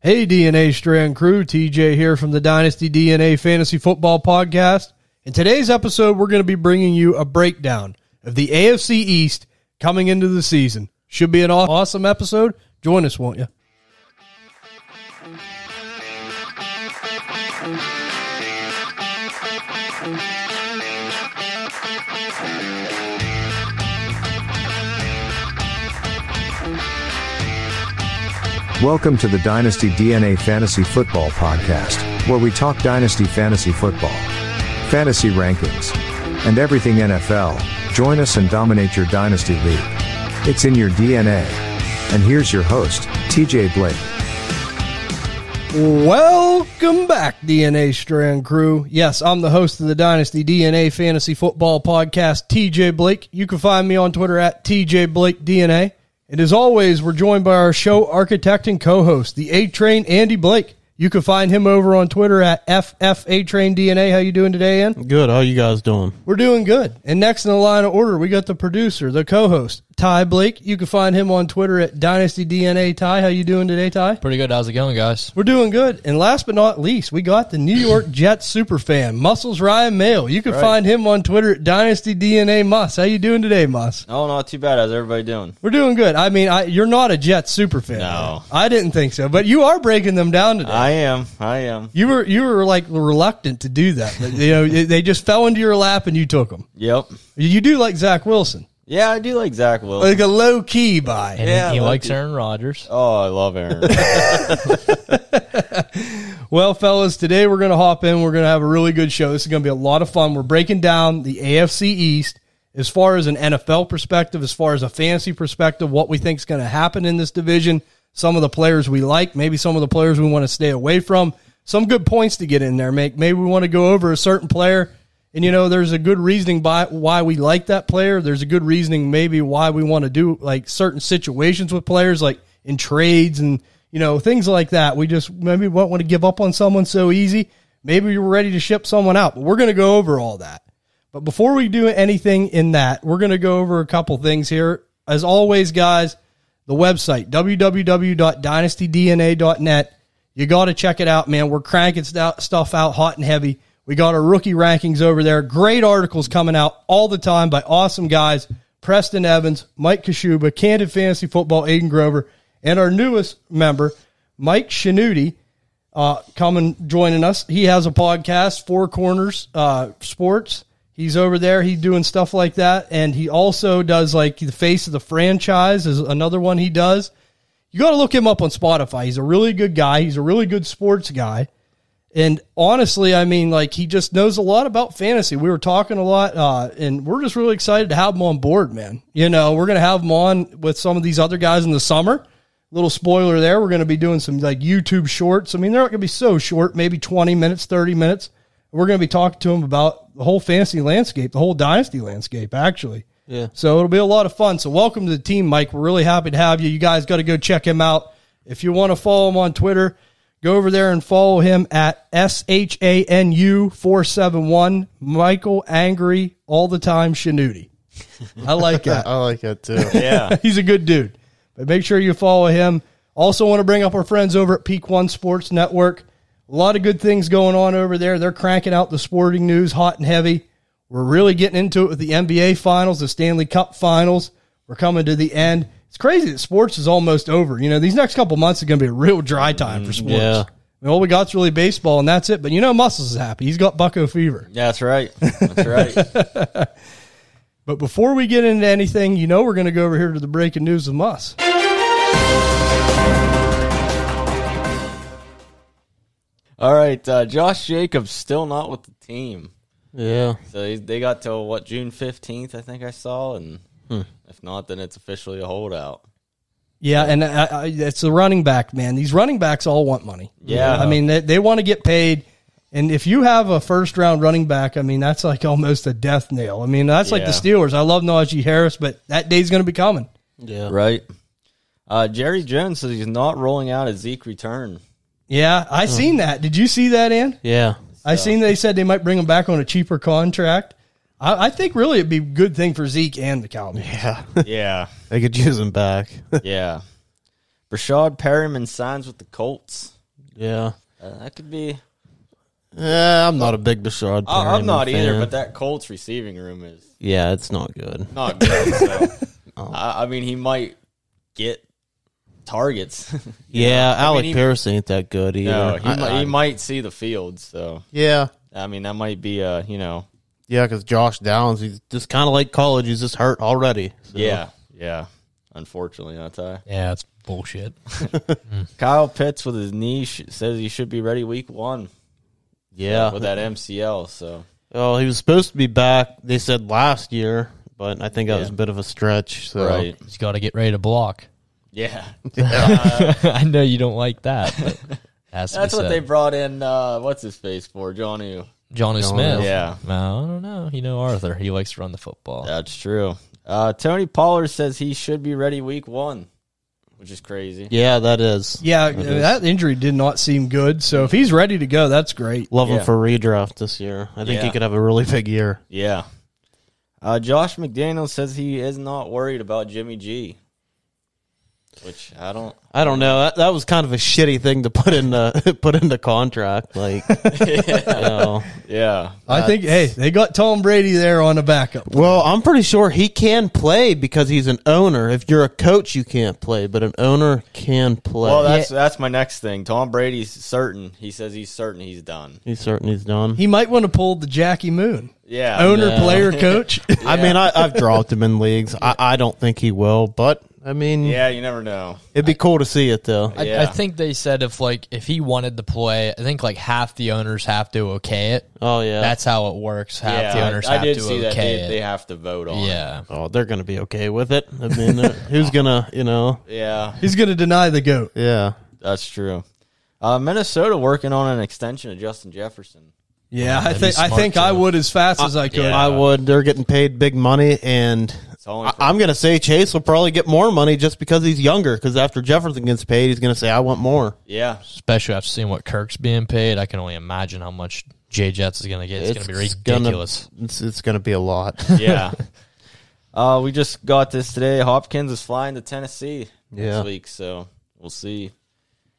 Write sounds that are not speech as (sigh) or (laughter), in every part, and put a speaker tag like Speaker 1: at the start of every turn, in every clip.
Speaker 1: Hey, DNA Strand crew, TJ here from the Dynasty DNA Fantasy Football Podcast. In today's episode, we're going to be bringing you a breakdown of the AFC East coming into the season. Should be an aw- awesome episode. Join us, won't you?
Speaker 2: Welcome to the Dynasty DNA Fantasy Football Podcast, where we talk Dynasty Fantasy Football, fantasy rankings, and everything NFL. Join us and dominate your Dynasty League. It's in your DNA. And here's your host, TJ Blake.
Speaker 1: Welcome back, DNA Strand crew. Yes, I'm the host of the Dynasty DNA Fantasy Football Podcast, TJ Blake. You can find me on Twitter at TJ Blake DNA. And as always, we're joined by our show architect and co-host, the A Train Andy Blake. You can find him over on Twitter at FFA Train DNA. How you doing today, Ann?
Speaker 3: Good. How you guys doing?
Speaker 1: We're doing good. And next in the line of order, we got the producer, the co-host, Ty Blake. You can find him on Twitter at Dynasty DNA. Ty, how you doing today, Ty?
Speaker 4: Pretty good. How's it going, guys?
Speaker 1: We're doing good. And last but not least, we got the New
Speaker 4: (laughs)
Speaker 1: York Jets superfan, Muscles Ryan Mail. You can find him on Twitter at Dynasty DNA Muss. How you doing today, Muss?
Speaker 5: Oh, not too bad. How's everybody doing?
Speaker 1: We're doing good. I mean, I, you're not a Jets superfan.
Speaker 5: No.
Speaker 1: I didn't think so, but you are breaking them down today.
Speaker 5: I am. I am.
Speaker 1: you were you were like reluctant to do that. But, you know, (laughs) they just fell into your lap and you took them.
Speaker 5: Yep.
Speaker 1: You do like Zach Wilson,
Speaker 5: Yeah, I do like Zach
Speaker 1: (laughs)
Speaker 5: Wilson.
Speaker 1: like a low key buy.
Speaker 4: And
Speaker 5: Yeah,
Speaker 4: he
Speaker 5: I like
Speaker 4: likes
Speaker 5: it.
Speaker 4: Aaron Rodgers.
Speaker 5: oh, I love Aaron.
Speaker 1: Well, fellas, today we're going to hop in. We're going to have a really good show. This is going to be a lot of fun. We're breaking down the AFC East as far as an NFL perspective, as far as a fantasy perspective, what we think is going to happen in this division, some of the players we like, maybe some of the players we want to stay away from, some good points to get in there. Make maybe we want to go over a certain player, and you know there's a good reasoning by why we like that player. There's a good reasoning maybe why we want to do like certain situations with players, like in trades and you know, things like that. We just maybe won't want to give up on someone so easy. Maybe you're ready to ship someone out, but we're going to go over all that. But before we do anything in that, we're going to go over a couple things here. As always, guys, the website, www.dynastydna.net. You got to check it out, man. We're cranking stu- stuff out hot and heavy. We got our rookie rankings over there. Great articles coming out all the time by awesome guys Preston Evans, Mike Kashuba, Candid Fantasy Football, Aiden Grover, and our newest member, Mike Shanuti uh, coming joining us. He has a podcast, Four Corners uh, Sports. He's over there. He's doing stuff like that, and he also does like the face of the franchise is another one he does. You got to look him up on Spotify. He's a really good guy. He's a really good sports guy. And honestly, I mean, like he just knows a lot about fantasy. We were talking a lot, uh, and we're just really excited to have him on board, man. You know, we're gonna have him on with some of these other guys in the summer. Little spoiler there, we're gonna be doing some like YouTube shorts. I mean, they're not gonna be so short, maybe twenty minutes, thirty minutes. We're gonna be talking to him about the whole fantasy landscape, the whole dynasty landscape, actually.
Speaker 3: Yeah.
Speaker 1: So it'll be a lot of fun. So welcome to the team, Mike. We're really happy to have you. You guys got to go check him out. If you want to follow him on Twitter, go over there and follow him at S H A N U four seven one Michael Angry all the time Shanuti. I like that.
Speaker 3: I like that too.
Speaker 5: yeah.
Speaker 1: (laughs) He's a good dude. But make sure you follow him. Also want to bring up our friends over at Peak One Sports Network. A lot of good things going on over there. They're cranking out the sporting news hot and heavy. We're really getting into it with the NBA finals, the Stanley Cup finals. We're coming to the end. It's crazy that sports is almost over. You know, these next couple months are going to be a real dry time for sports.
Speaker 3: yeah.
Speaker 1: I mean, all we got's really baseball, and that's it. But you know, Muscles is happy. He's got bucko fever.
Speaker 5: That's right. That's right.
Speaker 1: But before we get into anything, you know we're going to go over here to the breaking news of Muss.
Speaker 5: All right. Uh, Josh Jacobs still not with the team.
Speaker 3: (laughs) Yeah.
Speaker 5: So he's, they got till what June fifteenth, I think I saw, and if not, then it's officially a holdout.
Speaker 1: Yeah, and I, I, it's the running back, man. These running backs all want money.
Speaker 5: Yeah.
Speaker 1: I mean, they, they want to get paid. And if you have a first round running back, I mean, that's like almost a death nail. I mean, that's like the
Speaker 5: Yeah.
Speaker 1: Steelers. I love Najee Harris, but that day's going to be coming.
Speaker 3: Yeah.
Speaker 5: Right. Uh, Jerry Jones says he's not rolling out a Zeke return.
Speaker 1: Yeah, I seen that. Did you see that, Ann?
Speaker 3: Yeah.
Speaker 1: I seen they said they might bring him back on a cheaper contract. I, I think really it'd be a good thing for Zeke and the Cowboys.
Speaker 3: Yeah. (laughs)
Speaker 5: Yeah.
Speaker 3: I could use him back. (laughs)
Speaker 5: yeah. Brashad Perryman signs with the Colts.
Speaker 3: Yeah.
Speaker 5: Uh, that could be.
Speaker 3: Yeah, Eh, I'm not a big Bashard.
Speaker 5: I, Oh, I'm
Speaker 3: Perryman
Speaker 5: not either,
Speaker 3: fan.
Speaker 5: but that Colts receiving room is
Speaker 3: yeah, it's not good.
Speaker 5: not good. (laughs) so I, I mean, he might get targets. (laughs)
Speaker 3: Yeah, Alec
Speaker 5: he-
Speaker 3: Pierce ain't that good either.
Speaker 5: no, he,
Speaker 3: I-
Speaker 5: might,
Speaker 3: I-
Speaker 5: he might see the field. So
Speaker 3: yeah,
Speaker 5: I mean, that might be a you know.
Speaker 3: yeah, because Josh Downs, he's just kind of like college. He's just hurt already. So.
Speaker 5: Yeah, yeah. Unfortunately, not I.
Speaker 4: Yeah, it's bullshit.
Speaker 5: Kyle Pitts with his knee sh- says he should be ready week one
Speaker 3: yeah.
Speaker 5: with that MCL. So
Speaker 3: Oh, he was supposed to be back. They said last year, but I think that was a bit of a stretch. So.
Speaker 5: right,
Speaker 4: (laughs) He's got to get ready to block.
Speaker 5: (laughs)
Speaker 4: (laughs)
Speaker 5: yeah.
Speaker 4: I know you don't like that.
Speaker 5: (laughs)
Speaker 4: But has to be
Speaker 5: That's what
Speaker 4: said.
Speaker 5: they brought in. Uh, what's his face for Johnny?
Speaker 4: Johnny Smith.
Speaker 5: Yeah.
Speaker 4: Well, I don't know. You know Arthur. He likes to run the football.
Speaker 5: That's true. Uh, Tony Pollard says he should be ready week one, which is crazy.
Speaker 3: Yeah, that is.
Speaker 1: Yeah, that injury did not seem good. So if he's ready to go, that's great.
Speaker 3: Love
Speaker 5: Yeah.
Speaker 3: him for redraft this year. I think
Speaker 5: Yeah.
Speaker 3: he could have a really big year.
Speaker 5: Yeah. Uh, Josh McDaniel says he is not worried about Jimmy G, which I don't.
Speaker 3: I don't know. That, that was kind of a shitty thing to put in the (laughs) put in the contract. Like, you know.
Speaker 5: Yeah.
Speaker 1: I think hey, they got Tom Brady there on the backup.
Speaker 3: well, I'm pretty sure he can play because he's an owner. If you're a coach, you can't play, but an owner can play.
Speaker 5: Well, that's that's my next thing. Tom Brady's certain. He says he's certain he's done.
Speaker 3: he's certain he's done.
Speaker 1: He might want to pull the Jackie Moon.
Speaker 5: Yeah.
Speaker 1: Owner,
Speaker 3: Yeah.
Speaker 1: player, coach. (laughs)
Speaker 3: I mean, I, I've dropped him in leagues. I, I don't think he will, but I mean,
Speaker 5: Yeah, you never know.
Speaker 3: it'd be cool to see it though.
Speaker 4: I,
Speaker 5: Yeah.
Speaker 4: I think they said if like if he wanted to play, I think like half the owners have to okay it.
Speaker 3: oh yeah,
Speaker 4: That's how it works. Half
Speaker 5: yeah,
Speaker 4: the owners
Speaker 5: I, I
Speaker 4: have
Speaker 5: did
Speaker 4: to
Speaker 5: see that
Speaker 4: okay
Speaker 5: they,
Speaker 4: it.
Speaker 5: they have to vote on. it.
Speaker 4: yeah.
Speaker 3: oh, they're gonna be okay with it. I mean, uh, who's gonna, you know?
Speaker 5: Yeah,
Speaker 1: he's going to deny the goat.
Speaker 3: Yeah,
Speaker 5: that's true. Uh, Minnesota working on an extension of Justin Jefferson.
Speaker 1: Yeah, I
Speaker 4: be
Speaker 1: think I
Speaker 4: smart,
Speaker 1: think I
Speaker 4: Joe.
Speaker 1: would as fast as I could.
Speaker 3: I would. They're getting paid big money, and
Speaker 5: It's only
Speaker 3: I,
Speaker 5: for-
Speaker 3: I'm gonna say Chase will probably get more money just because he's younger. Because after Jefferson gets paid, he's gonna say, "I want more."
Speaker 5: yeah,
Speaker 4: Especially after seeing what Kirk's being paid, I can only imagine how much J Jets is going to get. It's, going to be
Speaker 3: gonna-
Speaker 4: ridiculous.
Speaker 3: it's, it's gonna be a lot. (laughs)
Speaker 5: yeah. (laughs) uh, we just got this today. Hopkins is flying to Tennessee
Speaker 3: Yeah.
Speaker 5: next week, so we'll see.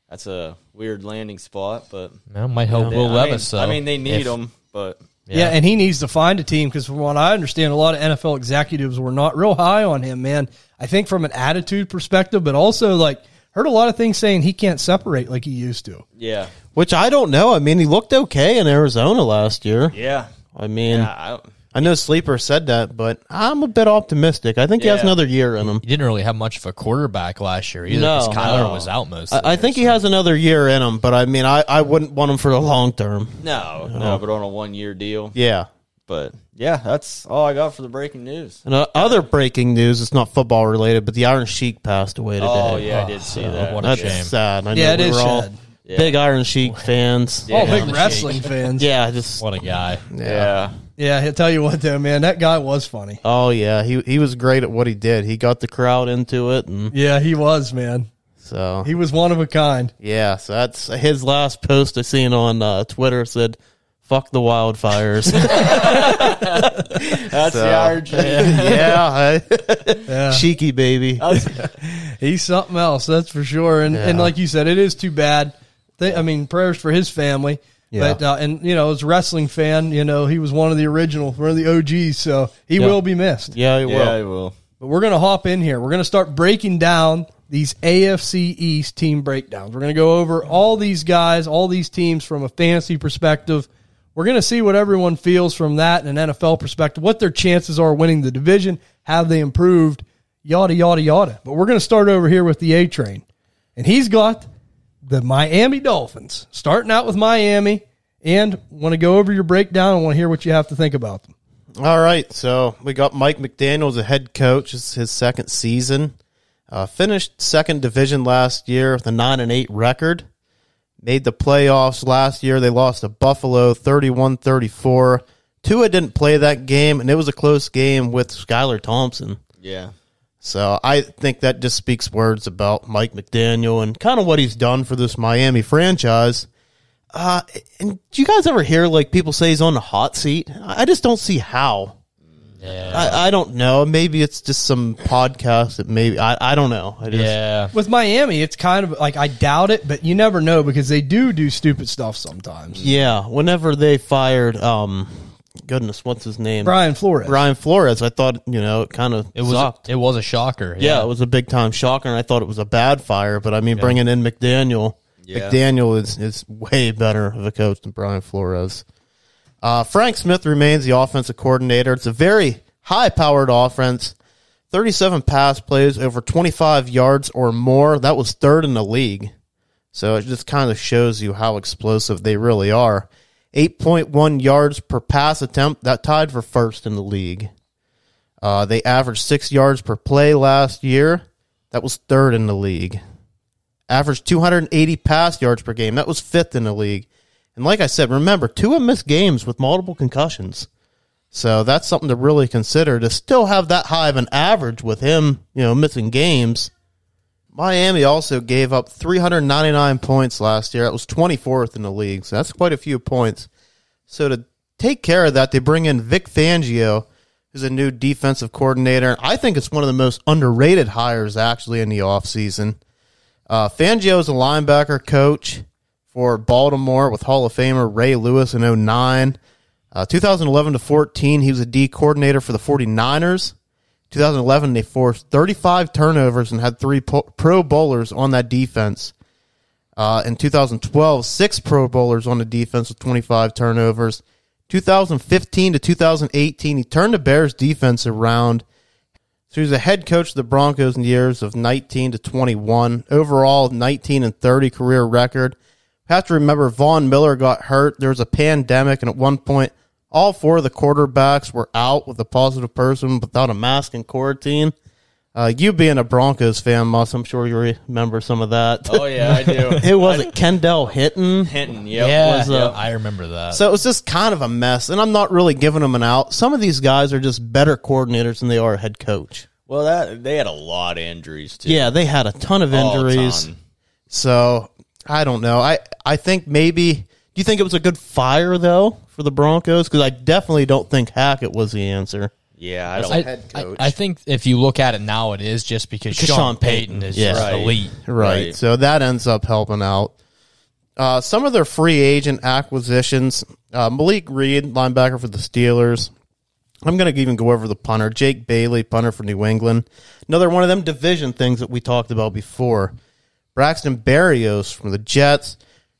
Speaker 5: That's a weird landing spot, but
Speaker 4: That might help Will
Speaker 5: I
Speaker 4: Levis.
Speaker 5: mean,
Speaker 4: though.
Speaker 5: I mean, they need
Speaker 4: If-
Speaker 5: him, but
Speaker 1: yeah. and he needs to find a team because from what I understand, a lot of NFL executives were not real high on him. Man, I think from an attitude perspective, but also like heard a lot of things saying he can't separate like he used to.
Speaker 5: yeah,
Speaker 3: Which I don't know. I mean, he looked okay in Arizona last year.
Speaker 5: yeah.
Speaker 3: I mean,
Speaker 5: I, I-
Speaker 3: I know Sleeper said that, but I'm a bit optimistic. I think he has
Speaker 5: Yeah.
Speaker 3: another year in him.
Speaker 4: He didn't really have much of a quarterback last year either
Speaker 3: No,
Speaker 4: because Kyler
Speaker 5: no.
Speaker 4: was out most. of the
Speaker 3: I, I
Speaker 4: year,
Speaker 3: think he
Speaker 4: so-
Speaker 3: has another year in him, but I mean, I, I wouldn't want him for the long term.
Speaker 5: no, no, but on a one-year deal.
Speaker 3: Yeah.
Speaker 5: But yeah, that's all I got for the breaking news.
Speaker 3: And uh, other breaking news, it's not football related, but the Iron Sheik passed away today.
Speaker 5: Oh yeah, I did see
Speaker 4: so
Speaker 5: that.
Speaker 4: what a
Speaker 3: That's
Speaker 4: shame.
Speaker 3: sad. I know
Speaker 1: Yeah, it
Speaker 3: we
Speaker 1: is
Speaker 3: were all
Speaker 1: sad.
Speaker 3: big Iron Sheik fans.
Speaker 1: All
Speaker 3: Yeah.
Speaker 1: big wrestling fans. Yeah.
Speaker 3: yeah, just
Speaker 4: What a guy!
Speaker 5: yeah.
Speaker 1: yeah, he'll tell you what though, man, that guy was funny.
Speaker 3: oh yeah, he he was great at what he did. He got the crowd into it, and
Speaker 1: Yeah, he was man.
Speaker 3: so
Speaker 1: He was one of a kind.
Speaker 3: yeah, so that's his last post I seen on uh, Twitter said, "Fuck
Speaker 1: (laughs)
Speaker 3: the wildfires." (laughs)
Speaker 5: That's the Iron Sheik.
Speaker 3: yeah, I,
Speaker 1: Yeah.
Speaker 3: Sheiky baby.
Speaker 1: He's something else, that's for sure. And and
Speaker 3: Yeah.
Speaker 1: like you said, it is too bad. Th- I mean, prayers for his family.
Speaker 3: Yeah.
Speaker 1: But uh, and you know, as a wrestling fan, you know he was one of the original, one of the OGs. So he
Speaker 3: Yeah.
Speaker 1: will be missed.
Speaker 3: Yeah, he
Speaker 5: Yeah,
Speaker 3: will.
Speaker 5: I will.
Speaker 1: But we're gonna hop in here. We're gonna start breaking down these AFC East team breakdowns. We're gonna go over all these guys, all these teams from a fantasy perspective. We're gonna see what everyone feels from that and an NFL perspective, what their chances are winning the division, have they improved, yada yada yada. But we're gonna start over here with the A train, and he's got the Miami Dolphins. Starting out with Miami, and want to go over your breakdown. I want to hear what you have to think about them.
Speaker 3: All right, so we got Mike McDaniel as a head coach. It's his second season. Uh, finished second division last year with a nine and eight record. Made the playoffs last year. They lost to Buffalo 31-34. Tua didn't play that game, and it was a close game with Skylar Thompson.
Speaker 5: Yeah.
Speaker 3: So I think that just speaks words about Mike McDaniel and kind of what he's done for this Miami franchise. Uh, and do you guys ever hear like people say he's on the hot seat? I I just don't see how.
Speaker 4: Yeah.
Speaker 3: I, I don't know. Maybe it's just some podcast that maybe I, I don't know. I just,
Speaker 4: yeah.
Speaker 1: With Miami, it's kind of like I doubt it, but you never know because they do do stupid stuff sometimes.
Speaker 3: Yeah, whenever they fired, um, goodness, what's his name?
Speaker 1: Brian Flores.
Speaker 3: Brian Flores. I thought you know it kind of
Speaker 4: It was
Speaker 3: sucked.
Speaker 4: it was a shocker.
Speaker 3: yeah. it was a big time shocker, and I thought it was a bad fire. But I mean, bringing in McDaniel,
Speaker 5: Yeah.
Speaker 3: McDaniel is is way better of a coach than Brian Flores. Uh, Frank Smith remains the offensive coordinator. It's a very high powered offense. 37 pass plays over 25 yards or more. That was third in the league. So it just kind of shows you how explosive they really are. 8.1 yards per pass attempt. That tied for first in the league. Uh, they averaged six yards per play last year. That was third in the league. Averaged 280 pass yards per game. That was fifth in the league. And like I said, remember, Tua missed games with multiple concussions. So that's something to really consider. To still have that high of an average with him, you know, missing games. Miami also gave up 399 points last year. That was 24th in the league. So that's quite a few points. So to take care of that, they bring in Vic Fangio, who's a new defensive coordinator. I think it's one of the most underrated hires actually in the offseason. Uh, Fangio is a linebacker coach for Baltimore with Hall of Famer Ray Lewis in 09. Uh, 2011 to 14, he was a D coordinator for the 49ers. 2011, they forced 35 turnovers and had three po- Pro Bowlers on that defense. Uh, in 2012, six Pro Bowlers on the defense with 25 turnovers. 2015 to 2018, he turned the Bears defense around. So he was a head coach of the Broncos in the years of 19 to 21. Overall, 19 and 30 career record. Have to remember Vaughn Miller got hurt. There was a pandemic, and at one point, all four of the quarterbacks were out with a positive person without a mask and quarantine. Uh, you being a Broncos fan, Moss, I'm sure you remember some of that.
Speaker 5: Oh yeah,
Speaker 3: (laughs)
Speaker 5: I do.
Speaker 3: Who was it? Kendall Hinton.
Speaker 5: Hinton, yep.
Speaker 4: Yeah,
Speaker 5: was, uh,
Speaker 4: yeah, I remember that.
Speaker 3: So it was just kind of a mess, and I'm not really giving them an out. Some of these guys are just better coordinators than they are a head coach.
Speaker 5: Well, that they had a lot of injuries too.
Speaker 3: Yeah, they had a ton of
Speaker 5: All the
Speaker 3: injuries.
Speaker 5: time.
Speaker 3: So I don't know. I I think maybe. Do you think it was a good fire though for the Broncos? Because I definitely don't think Hackett was the answer.
Speaker 5: Yeah, I don't.
Speaker 4: I, I, I think if you look at it now, it is just because Sean,
Speaker 3: Sean
Speaker 4: Payton,
Speaker 3: Payton.
Speaker 4: is
Speaker 3: Yeah.
Speaker 4: just
Speaker 5: Right.
Speaker 4: elite.
Speaker 3: Right.
Speaker 5: Right.
Speaker 3: So that ends up helping out. Uh, some of their free agent acquisitions uh, Malik Reed, linebacker for the Steelers. I'm going to even go over the punter. Jake Bailey, punter for New England. Another one of them division things that we talked about before. Braxton Berrios from the Jets.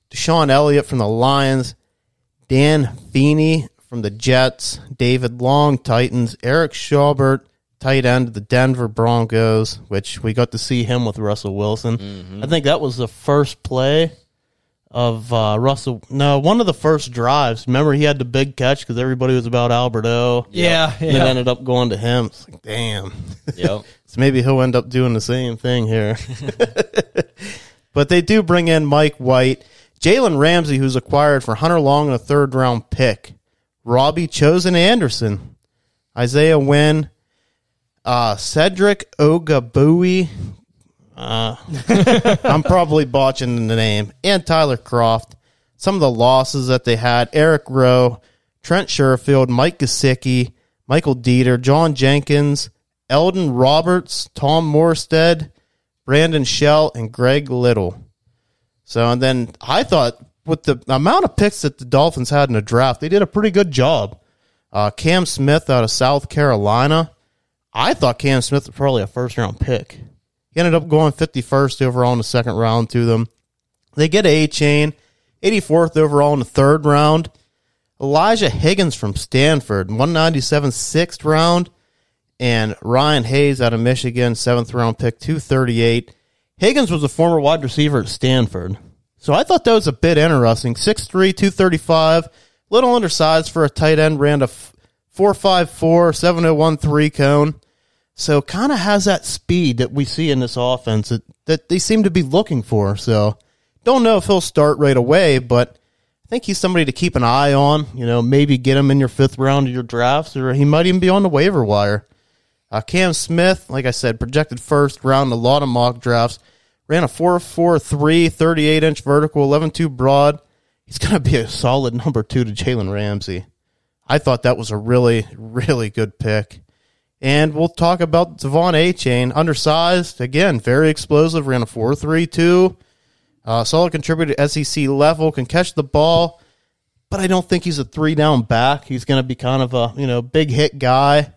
Speaker 3: Deshaun Elliott from the Lions. Dan Feeney from the Jets, David Long, Titans, Eric Schaubert, tight end of the Denver Broncos, which we got to see him with Russell Wilson. I think that was the first play of uh, Russell. No, one of the first drives. Remember, he had the big catch because everybody was about Alberto.
Speaker 1: Yeah,
Speaker 3: And it
Speaker 1: yeah.
Speaker 3: ended up going to him. It's like, damn. (laughs)
Speaker 5: (laughs) Yep.
Speaker 3: So maybe he'll end up doing the same thing here. (laughs) but they do bring in Mike White, Jalen Ramsey, who's acquired for Hunter Long and a third round pick, Robbie Chosen Anderson, Isaiah Wynn, uh, Cedric Ogabui. Uh, I'm probably botching the name, and Tyler Croft. Some of the losses that they had Eric Rowe, Trent Sherfield, Mike Gesicki, Michael Dieter, John Jenkins, Eldon Roberts, Tom Morstead, Brandon Shell, and Greg Little. So, and then I thought with the amount of picks that the Dolphins had in the draft, they did a pretty good job. Uh, Cam Smith out of South Carolina. I thought Cam Smith was probably a first round pick. He ended up going 51st overall in the second round to them. They get A Chain, 84th overall in the third round. Elijah Higgins from Stanford, 197 sixth round and Ryan Hayes out of Michigan, seventh round pick, 238. Higgins was a former wide receiver at Stanford. So I thought that was a bit interesting. 6'3, 235, little undersized for a tight end, ran a f- 4'5'4, 701 three cone. So kind of has that speed that we see in this offense that, that they seem to be looking for. So don't know if he'll start right away, but I think he's somebody to keep an eye on. You know, maybe get him in your fifth round of your drafts, or he might even be on the waiver wire. Uh, Cam Smith, like I said, projected first round, a lot of mock drafts. Ran a 4 4 3, 38 (laughs) inch vertical, 11 2 broad. He's going to be a solid number two to Jalen Ramsey. I thought that was a really, really good pick. And we'll talk about Devon A. Chain, undersized, again, very explosive, ran a 4 3 2. Uh, solid contributor to SEC level, can catch the ball, but I don't think he's a three down back. He's going to be kind of a you know big hit guy,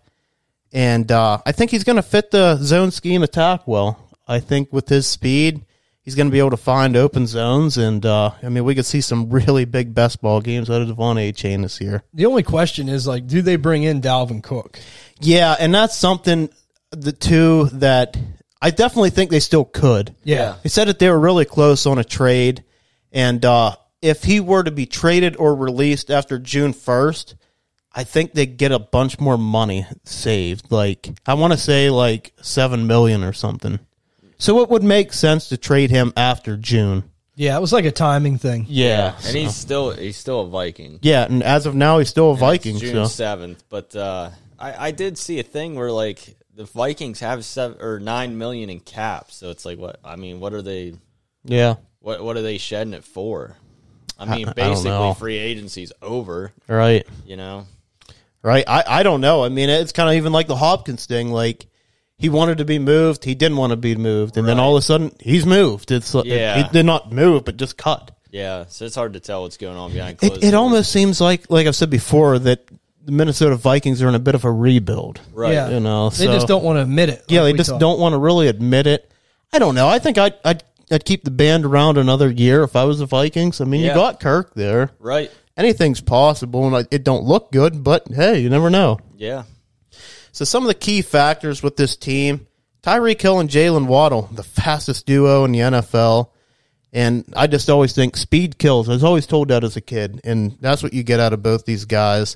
Speaker 3: and uh, I think he's going to fit the zone scheme attack well. I think with his speed, he's going to be able to find open zones, and uh, I mean we could see some (laughs) really big best ball games out of Devon A. Chain this year.
Speaker 1: The only question is like, do they bring in Dalvin Cook?
Speaker 3: Yeah, and that's something the two that I definitely think they still could.
Speaker 1: Yeah.
Speaker 3: They said that they were really close on a trade, and uh, if he were to be traded or released after June first, I think they get a bunch more money saved. Like I want to say like seven million or something. So it would make sense to trade him after June.
Speaker 1: Yeah, it was like a timing thing.
Speaker 3: Yeah,
Speaker 5: and he's still he's still a Viking.
Speaker 3: yeah, and as of now, he's still a Viking.
Speaker 5: It's
Speaker 3: So
Speaker 5: June seventh. But uh, I I did see a thing where like the Vikings have seven or nine million in cap. So it's like what I mean. What are they?
Speaker 3: yeah,
Speaker 5: What what are they shedding it for? I mean,
Speaker 3: I don't know.
Speaker 5: basically, free agency's over.
Speaker 3: right.
Speaker 5: You know,
Speaker 3: right? I, I don't know. I mean, it's kind of even like the Hopkins thing. Like he wanted to be moved, he didn't want to be moved, and then all of a sudden he's moved. It's like,
Speaker 5: Yeah.
Speaker 3: he did not move, but just cut.
Speaker 5: yeah. So it's hard to tell what's going on behind closed.
Speaker 3: It, it almost seems like, like I've said before, that the Minnesota Vikings are in a bit of a rebuild.
Speaker 5: Right.
Speaker 1: Yeah.
Speaker 3: You know,
Speaker 1: They
Speaker 3: so-
Speaker 1: just don't want to admit it.
Speaker 3: Yeah,
Speaker 1: like
Speaker 3: they
Speaker 1: we
Speaker 3: just
Speaker 1: talked.
Speaker 3: don't want to really admit it. I don't know. I think I'd, I'd I'd keep the band around another year if I was the Vikings. I mean, you
Speaker 5: Yeah.
Speaker 3: got Kirk there.
Speaker 5: Right.
Speaker 3: Anything's possible, and I, it don't look good, but hey, you never know.
Speaker 5: Yeah.
Speaker 3: So some of the key factors with this team: Tyreek Hill and Jalen Waddle, the fastest duo in the NFL. And I just always think speed kills. I was always told that as a kid, and that's what you get out of both these guys.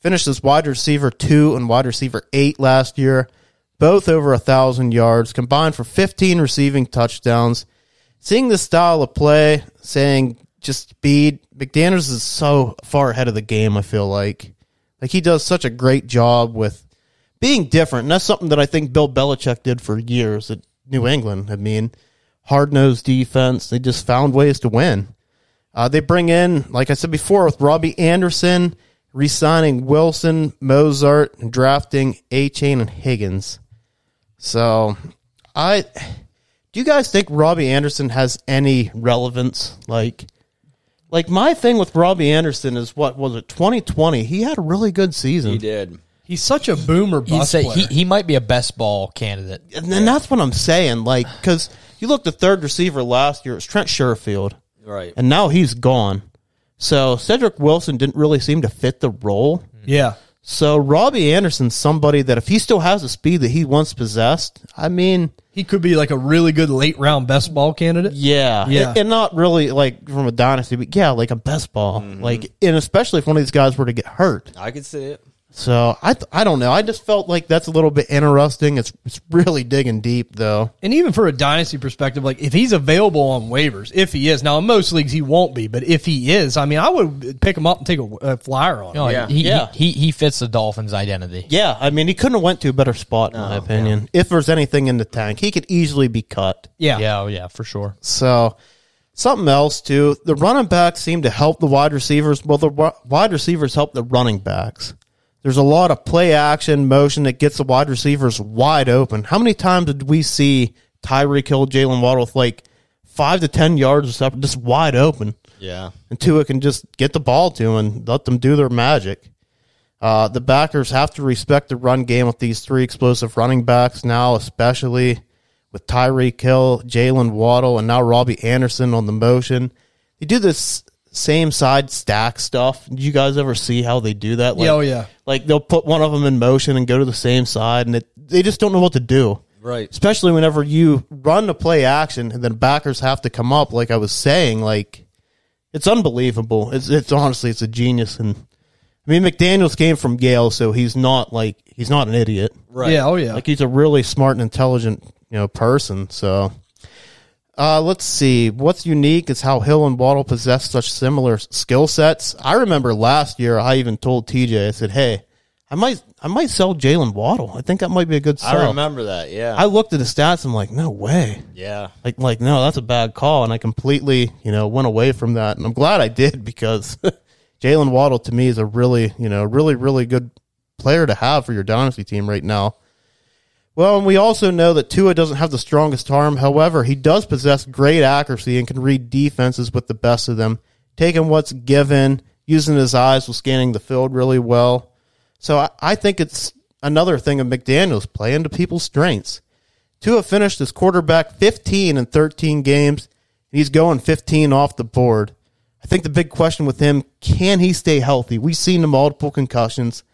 Speaker 3: Finished as wide receiver two and wide receiver eight last year, both over a thousand yards, combined for fifteen receiving touchdowns. Seeing this style of play, saying just speed, McDaniels is so far ahead of the game, I feel like. Like he does such a great job with being different. And that's something that I think Bill Belichick did for years at New England. I mean, hard nosed defense. They just found ways to win. Uh, they bring in, like I said before, with Robbie Anderson, re signing Wilson, Mozart, and drafting A Chain and Higgins. So, I. Do you guys think Robbie Anderson has any relevance? Like, like my thing with Robbie Anderson is what was it? Twenty twenty. He had a really good season.
Speaker 5: He did.
Speaker 1: He's such a boomer
Speaker 4: He'd
Speaker 1: bust
Speaker 4: say
Speaker 1: player.
Speaker 4: he, he might be a best ball candidate.
Speaker 3: and then that's what I'm saying. Like, because you look, the third receiver last year it was Trent Sherfield,
Speaker 5: Right.
Speaker 3: and now he's gone. So Cedric Wilson didn't really seem to fit the role.
Speaker 1: yeah.
Speaker 3: So Robbie Anderson's somebody that if he still has the speed that he once possessed, I mean,
Speaker 1: He could be like a really good late round best ball candidate.
Speaker 3: yeah,
Speaker 1: Yeah.
Speaker 3: and, and not really like from a dynasty, but yeah, like a best ball, like, and especially if one of these guys were to get hurt.
Speaker 5: I could see it.
Speaker 3: So I, th- I don't know. I just felt like that's a little bit interesting. It's it's really digging deep though.
Speaker 1: And even for a dynasty perspective, like if he's available on waivers, if he is, now in most leagues he won't be, but if he is, I mean, I would pick him up and take a, a flyer on him.
Speaker 4: No,
Speaker 5: Yeah.
Speaker 4: He,
Speaker 3: Oh, Yeah.
Speaker 4: He, he he fits the Dolphins' identity.
Speaker 3: Yeah, I mean, he couldn't have went to a better spot, in my opinion. If there's anything in the tank, he could easily be cut.
Speaker 1: Yeah.
Speaker 4: yeah, oh, yeah, for sure.
Speaker 3: So, something else too. The running backs seem to help the wide receivers. Well, the wi- wide receivers help the running backs. There's a lot of play action motion that gets the wide receivers wide open. How many times did we see Tyreek Hill, Jalen Waddle with like five to ten yards or something, just wide open?
Speaker 5: Yeah.
Speaker 3: and Tua can just get the ball to him and let them do their magic. Uh, the backers have to respect the run game with these three explosive running backs now, especially with Tyreek Hill, Jalen Waddle, and now Robbie Anderson on the motion. They do this same side stack stuff. Do you guys ever see how they do that?
Speaker 1: Yeah, oh, yeah.
Speaker 3: Like they'll put one of them in motion and go to the same side, and it, they just don't know what to do
Speaker 5: Right.
Speaker 3: especially whenever you run to play action and then backers have to come up like i was saying like it's unbelievable it's it's honestly it's a genius and i mean mcdaniels came from yale so he's not like he's not an idiot
Speaker 5: Right.
Speaker 1: Yeah, oh yeah.
Speaker 3: like he's a really smart and intelligent you know person so uh, let's see. What's unique is how Hill and Waddle possess such similar skill sets. I remember last year, I even told TJ, I said, "Hey, I might, I might sell Jalen Waddle. I think that might be a good sell."
Speaker 5: I remember that. Yeah.
Speaker 3: I looked at the stats. I'm like, no way.
Speaker 5: yeah.
Speaker 3: Like, like no, that's a bad call. And I completely, you know, went away from that. And I'm glad I did (laughs) because Jalen Waddle to me is a really, you know, really, really good player to have for your dynasty team right now. Well, and we also know that Tua doesn't have the strongest arm. However, he does possess great accuracy and can read defenses with the best of them, taking what's given, using his eyes while scanning the field really well. So I, I think it's another thing of McDaniel's playing to people's strengths. Tua finished as quarterback 15 in 13 games, and he's going 15 off the board. I think the big question with him can he stay healthy? We've seen the multiple concussions.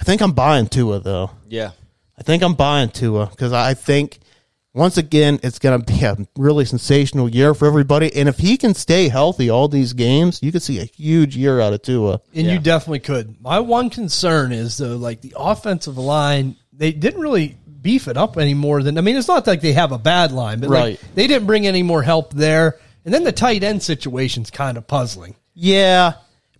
Speaker 3: I think I'm buying Tua, though.
Speaker 5: Yeah.
Speaker 3: I think I'm buying Tua because I think once again it's going to be a really sensational year for everybody. And if he can stay healthy all these games, you could see a huge year out of Tua.
Speaker 1: And you definitely could. My one concern is though, like the offensive line, they didn't really beef it up any more than I mean, it's not like they have a bad line, but
Speaker 5: Right.
Speaker 1: like they didn't bring any more help there. And then the tight end situation's kind of puzzling.
Speaker 3: Yeah,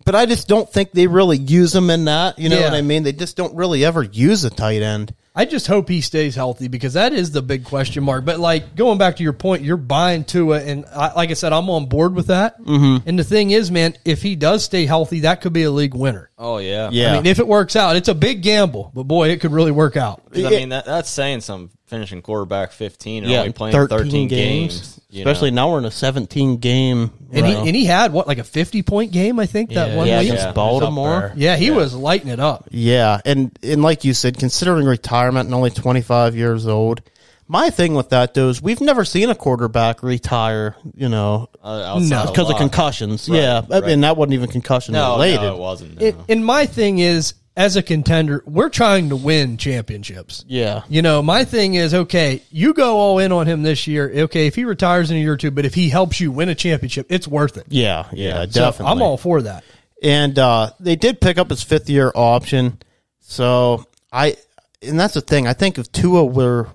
Speaker 3: but I just don't think they really use him in that. You know
Speaker 1: Yeah.
Speaker 3: what I mean? They just don't really ever use a tight end.
Speaker 1: I just hope he stays healthy because that is the big question mark. But like going back to your point, you're buying Tua, and I, like I said, I'm on board with that. Mm-hmm. And the thing is, man, if he does stay healthy, that could be a league winner.
Speaker 5: Oh yeah.
Speaker 3: Yeah.
Speaker 1: I mean, if it works out, it's a big gamble, but boy, it could really work out.
Speaker 5: 'Cause, I mean that, that's saying something. Finishing quarterback fifteen and only playing thirteen, games, you know?
Speaker 3: Especially now we're in a 17 game.
Speaker 1: And he,
Speaker 3: row.
Speaker 1: and he had what like a 50 point game, I think that one
Speaker 3: yeah,
Speaker 1: week.
Speaker 3: against
Speaker 5: Yeah.
Speaker 3: Baltimore.
Speaker 1: Yeah, he was lighting it up.
Speaker 3: Yeah, and and like you said, considering retirement and only 25 years old, my thing with that though is we've never seen a quarterback retire. You know,
Speaker 5: Uh, outside
Speaker 1: No,
Speaker 5: of
Speaker 3: because of
Speaker 5: luck.
Speaker 3: concussions. yeah, I mean that wasn't even concussion
Speaker 5: No,
Speaker 3: related.
Speaker 5: no, it wasn't. No.
Speaker 1: It, and my thing is, as a contender, we're trying to win championships.
Speaker 3: Yeah,
Speaker 1: You know, my thing is, okay, you go all in on him this year. Okay, if he retires in a year or two, but if he helps you win a championship, it's worth it.
Speaker 3: yeah, yeah,
Speaker 1: So
Speaker 3: definitely.
Speaker 1: I'm all for that.
Speaker 3: and uh, they did pick up his fifth year option. So I, and that's the thing. I think if Tua were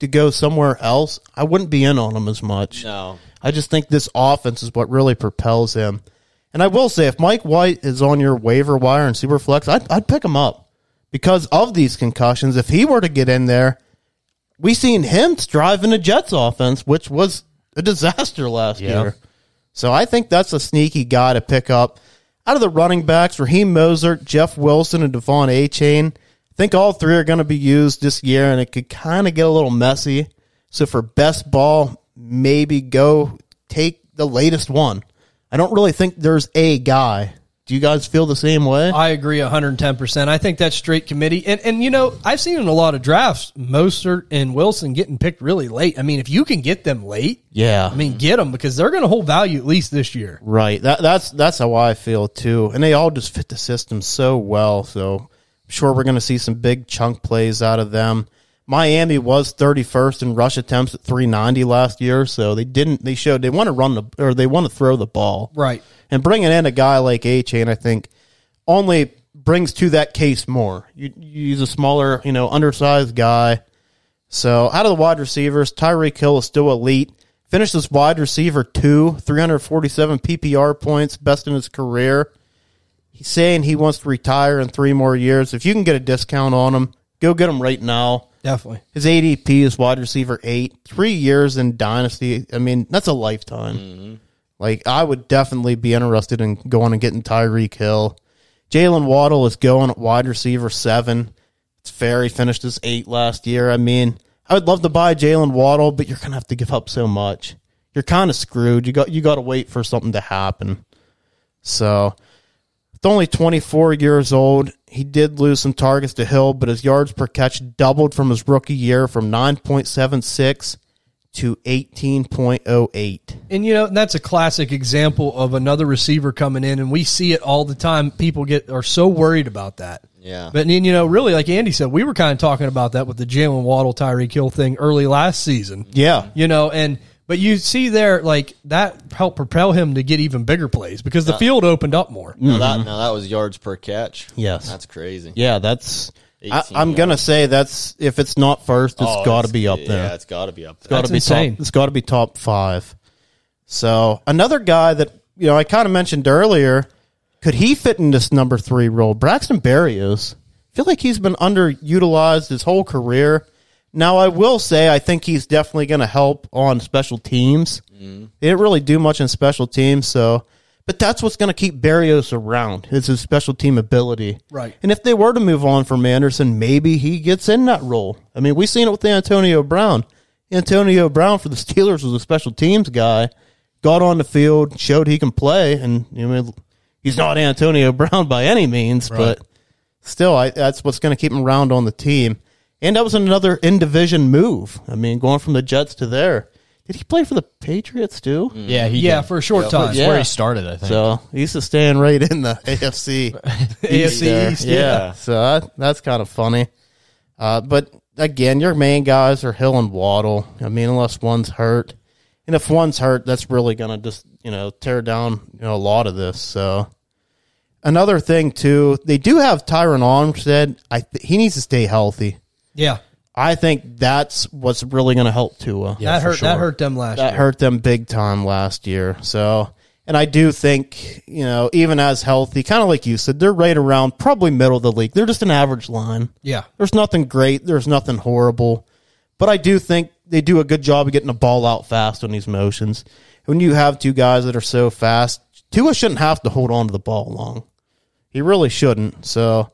Speaker 3: to go somewhere else, I wouldn't be in on him as much.
Speaker 5: no.
Speaker 3: I just think this offense is what really propels him. And I will say, if Mike White is on your waiver wire and Superflex, I'd, I'd pick him up because of these concussions. If he were to get in there, we seen him driving the Jets offense, which was a disaster last year. So I think that's a sneaky guy to pick up. Out of the running backs, Raheem Mozart, Jeff Wilson, and Devon A. Chain, I think all three are going to be used this year, and it could kind of get a little messy. So for best ball, maybe go take the latest one. I don't really think there's a guy. Do you guys feel the same way?
Speaker 1: I agree 110%. I think that's straight committee. And, and you know, I've seen in a lot of drafts, Mostert and Wilson getting picked really late. I mean, if you can get them late,
Speaker 3: Yeah.
Speaker 1: I mean, get them because they're going to hold value at least this year.
Speaker 3: Right. That that's that's how I feel too. And they all just fit the system so well. So I'm sure we're gonna see some big chunk plays out of them. Miami was thirty first in rush attempts at three ninety last year, so they didn't they showed they want to run the or they want to throw the ball.
Speaker 1: Right.
Speaker 3: And bringing in a guy like A Chain, I think, only brings to that case more. You, you use a smaller, you know, undersized guy. So out of the wide receivers, Tyreek Hill is still elite. Finished as wide receiver two, 347 PPR points, best in his career. He's saying he wants to retire in three more years. If you can get a discount on him, go get him right now.
Speaker 1: Definitely.
Speaker 3: His ADP is wide receiver eight. Three years in dynasty. I mean, that's a lifetime. Like, I would definitely be interested in going and getting Tyreek Hill. Jalen Waddle is going at wide receiver seven. It's fair. He finished as eight last year. I mean, I would love to buy Jalen Waddle, but you're gonna have to give up so much. You're kind of screwed. You got you got to wait for something to happen. So, with only 24 years old, he did lose some targets to Hill, but his yards per catch doubled from his rookie year from 9.76 to 18.08.
Speaker 1: And you know that's a classic example of another receiver coming in, and we see it all the time. People get are so worried about that.
Speaker 5: Yeah.
Speaker 1: But then you know, really, like Andy said, we were kind of talking about that with the Jalen Waddle Tyree Kill thing early last season.
Speaker 3: Yeah.
Speaker 1: You know, and but you see there like that helped propel him to get even bigger plays because the field opened up more.
Speaker 3: Mm-hmm.
Speaker 5: No, that, no, that was yards per catch.
Speaker 3: Yes.
Speaker 5: That's crazy.
Speaker 3: Yeah, that's. I,
Speaker 5: 18
Speaker 3: I'm going to say that's, if it's not first, it's
Speaker 5: Oh,
Speaker 3: got to
Speaker 5: it's-
Speaker 3: be up there.
Speaker 5: Yeah, it's got to be up there.
Speaker 3: got
Speaker 1: That's
Speaker 3: to be
Speaker 1: insane.
Speaker 3: top. It's got to be top five. So another guy that you know I kind of mentioned earlier, could he fit in this number three role? Braxton Berrios. I feel like he's been underutilized his whole career. Now I will say I think he's
Speaker 1: Mm-hmm.
Speaker 3: definitely going to help on special teams. They didn't really do much in special teams, so But that's what's going to keep Barrios around. It's his special team ability.
Speaker 1: Right.
Speaker 3: And if they were to move on from Anderson, maybe he gets in that role. I mean, we've seen it with Antonio Brown. Antonio Brown for the Steelers was a special teams guy, got on the field, showed he can play, and you know, he's not Antonio (laughs) Brown by any means, but still, I, that's what's going to keep him around on the team. And that was another in division move. I mean, going from the Jets to there. Did he play for the Patriots too?
Speaker 4: Yeah, he
Speaker 1: Yeah,
Speaker 4: did.
Speaker 1: for a short time.
Speaker 4: That's where
Speaker 3: Yeah.
Speaker 4: he started, I think.
Speaker 3: So he's just staying right in the (laughs) AFC. East
Speaker 1: AFC
Speaker 3: there.
Speaker 1: East,
Speaker 3: Yeah.
Speaker 5: yeah.
Speaker 3: So that, that's kind of funny. Uh, but again, your main guys are Hill and Waddle. I mean, unless one's hurt. And if one's hurt, that's really going to just, you know, tear down, you know, a lot of this. So another thing, too, they do have Tyron Armstead. I th- he needs to stay healthy.
Speaker 1: Yeah.
Speaker 3: I think that's what's really going to help Tua.
Speaker 1: that hurt that hurt them last
Speaker 3: That
Speaker 1: year.
Speaker 3: hurt them big time last year. So, and I do think, you know, even as healthy, kind of like you said, they're right around probably middle of the league. They're just an average line.
Speaker 1: Yeah.
Speaker 3: There's nothing great, there's nothing horrible. But I do think they do a good job of getting the ball out fast on these motions. When you have two guys that are so fast, Tua shouldn't have to hold on to the ball long. He really shouldn't. So,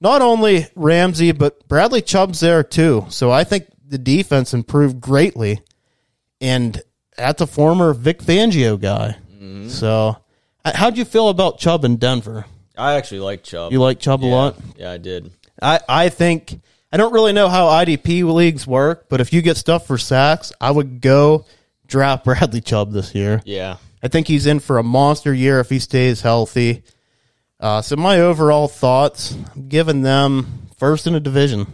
Speaker 3: not only Ramsey, but Bradley Chubb's there too. So I think the defense improved greatly. And that's a former Vic Fangio guy. So h- how'd you feel about Chubb in Denver?
Speaker 5: I actually like Chubb.
Speaker 3: You like Chubb a lot?
Speaker 5: Yeah, I did.
Speaker 3: I, I think I don't really know how IDP leagues work, but if you get stuff for sacks, I would go draft Bradley Chubb this year.
Speaker 5: Yeah.
Speaker 3: I think he's in for a monster year if he stays healthy. Uh, so my overall thoughts, I'm giving them first in the division.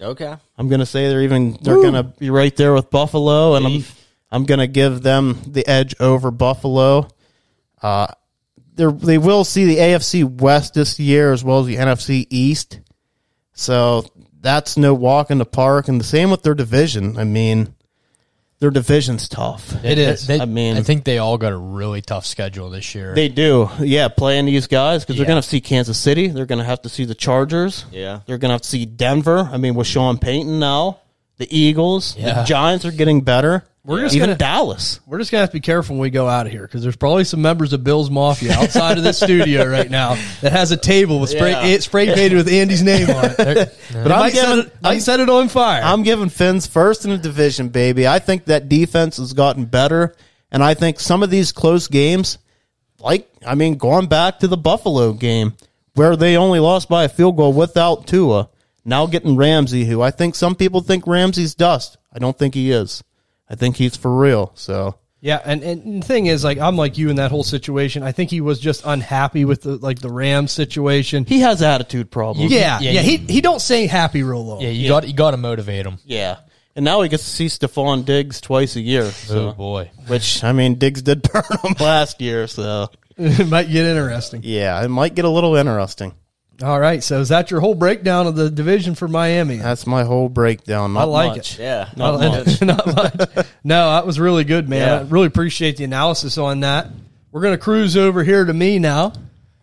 Speaker 5: Okay.
Speaker 3: I'm gonna say they're even they're gonna be right there with Buffalo, and I'm I'm gonna give them the edge over Buffalo. Uh, they they will see the AFC West this year as well as the NFC East, so that's no walk in the park. And the same with their division. I mean, their division's tough.
Speaker 1: It is.
Speaker 4: They-
Speaker 3: I mean-
Speaker 4: I think they all got a really tough schedule this year.
Speaker 3: They do, yeah. Playing these guys because they're
Speaker 4: Yeah.
Speaker 3: gonna see Kansas City. They're gonna have to see the Chargers.
Speaker 5: Yeah.
Speaker 3: They're gonna have to see Denver. I mean, with Sean Payton now, the Eagles, the
Speaker 4: Yeah.
Speaker 3: Giants are getting better.
Speaker 1: We're just
Speaker 3: even
Speaker 1: gonna-
Speaker 3: Dallas.
Speaker 1: We're just gonna have to be careful when we go out of here because there's probably some members of Bill's Mafia outside of this studio right now that has a table with spray
Speaker 5: Yeah.
Speaker 1: it spray painted with Andy's name on (laughs) it. but I might,
Speaker 3: giving-
Speaker 1: set it, might set it on fire.
Speaker 3: I'm giving Finns first in the division, baby. I think that defense has gotten better, and I think some of these close games, like I mean, going back to the Buffalo game where they only lost by a field goal without Tua. Now getting Ramsey, who I think some people think Ramsey's dust. I don't think he is. I think he's for real. So
Speaker 1: yeah, and, and the thing is, like, I'm like you in that whole situation. I think he was just unhappy with the like the Rams situation.
Speaker 3: he has attitude problems.
Speaker 1: yeah, yeah,
Speaker 4: yeah,
Speaker 1: He he don't say happy real long.
Speaker 4: yeah, you got you got to motivate them.
Speaker 3: Yeah. And now he gets to see Stephon Diggs twice a year.
Speaker 4: Oh
Speaker 3: So,
Speaker 4: boy,
Speaker 3: which I mean Diggs did (laughs) burn him last year, so
Speaker 1: it (laughs) might get interesting.
Speaker 3: yeah, it might get a little interesting.
Speaker 1: All right, so is that your whole breakdown of the division for Miami?
Speaker 3: That's my whole breakdown. Not
Speaker 1: I like
Speaker 3: much.
Speaker 1: it.
Speaker 5: Yeah.
Speaker 1: (laughs) Not much. No, that was really good, man.
Speaker 5: Yeah.
Speaker 1: I really appreciate the analysis on that. We're going to cruise over here to me now,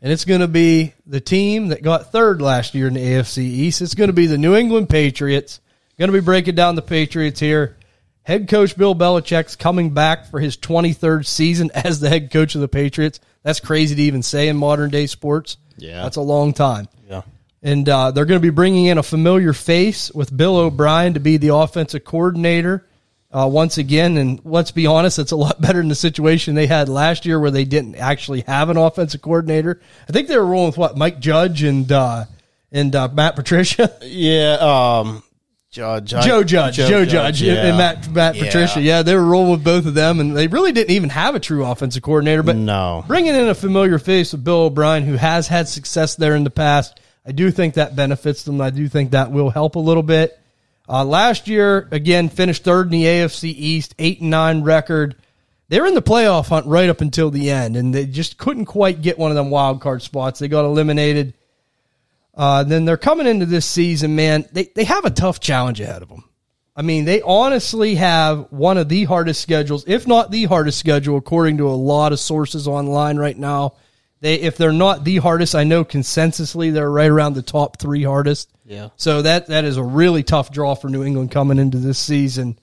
Speaker 1: and it's going to be the team that got third last year in the AFC East. It's going to be the New England Patriots. Going to be breaking down the Patriots here. Head coach Bill Belichick's coming back for his 23rd season (laughs) as the head coach of the Patriots. That's crazy to even say in modern day sports.
Speaker 5: Yeah.
Speaker 1: That's a long time.
Speaker 3: Yeah.
Speaker 1: And uh, they're going to be bringing in a familiar face with Bill O'Brien to be the offensive coordinator uh, once again. And let's be honest, it's a lot (laughs) better than the situation they had last year where they didn't actually have an offensive coordinator. I think they were rolling with what Mike Judge and uh, and uh, Matt Patricia, (laughs)
Speaker 3: Yeah, um Judge I-
Speaker 1: Joe Judge, Joe, Judge, and-
Speaker 3: yeah.
Speaker 1: and Matt Matt
Speaker 3: Yeah.
Speaker 1: Patricia. Yeah, they were rolling with both of them, and they really didn't even have a true offensive coordinator. But
Speaker 3: No.
Speaker 1: Bringing in a familiar face with Bill O'Brien, who has had success there in the past, I do think that benefits them. I do think that will help a little bit. Uh, last year, again, finished third in the AFC East, eight and nine record. They were in the playoff hunt right up until the end, and they just couldn't quite get one of them wild card spots. They got eliminated. Uh, then they're coming into this season, man. They they have a tough challenge ahead of them. I mean, they honestly have one of the hardest schedules, if not the hardest schedule, according to a lot of sources online right now. They, if they're not the hardest, I know consensusly they're right around the top three hardest.
Speaker 3: Yeah.
Speaker 1: So that that is a really tough draw for New England coming into this season.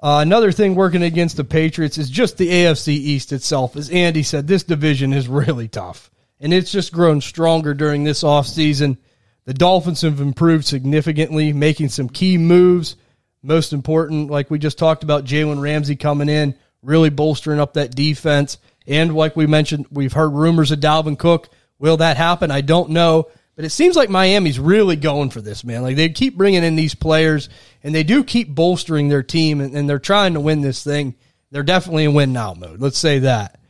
Speaker 1: Uh, another thing working against the Patriots is just the AFC East itself. As Andy said, this division is really tough, and it's just grown stronger during this offseason. The Dolphins have improved significantly, making some key moves. Most important, like we just talked about, Jalen Ramsey coming in, really bolstering up that defense. And like we mentioned, we've heard rumors of Dalvin Cook. Will that happen? I don't know. But it seems like Miami's really going for this, man. Like they keep bringing in these players and they do keep bolstering their team and, and they're trying to win this thing. They're definitely in win now mode. Let's say that.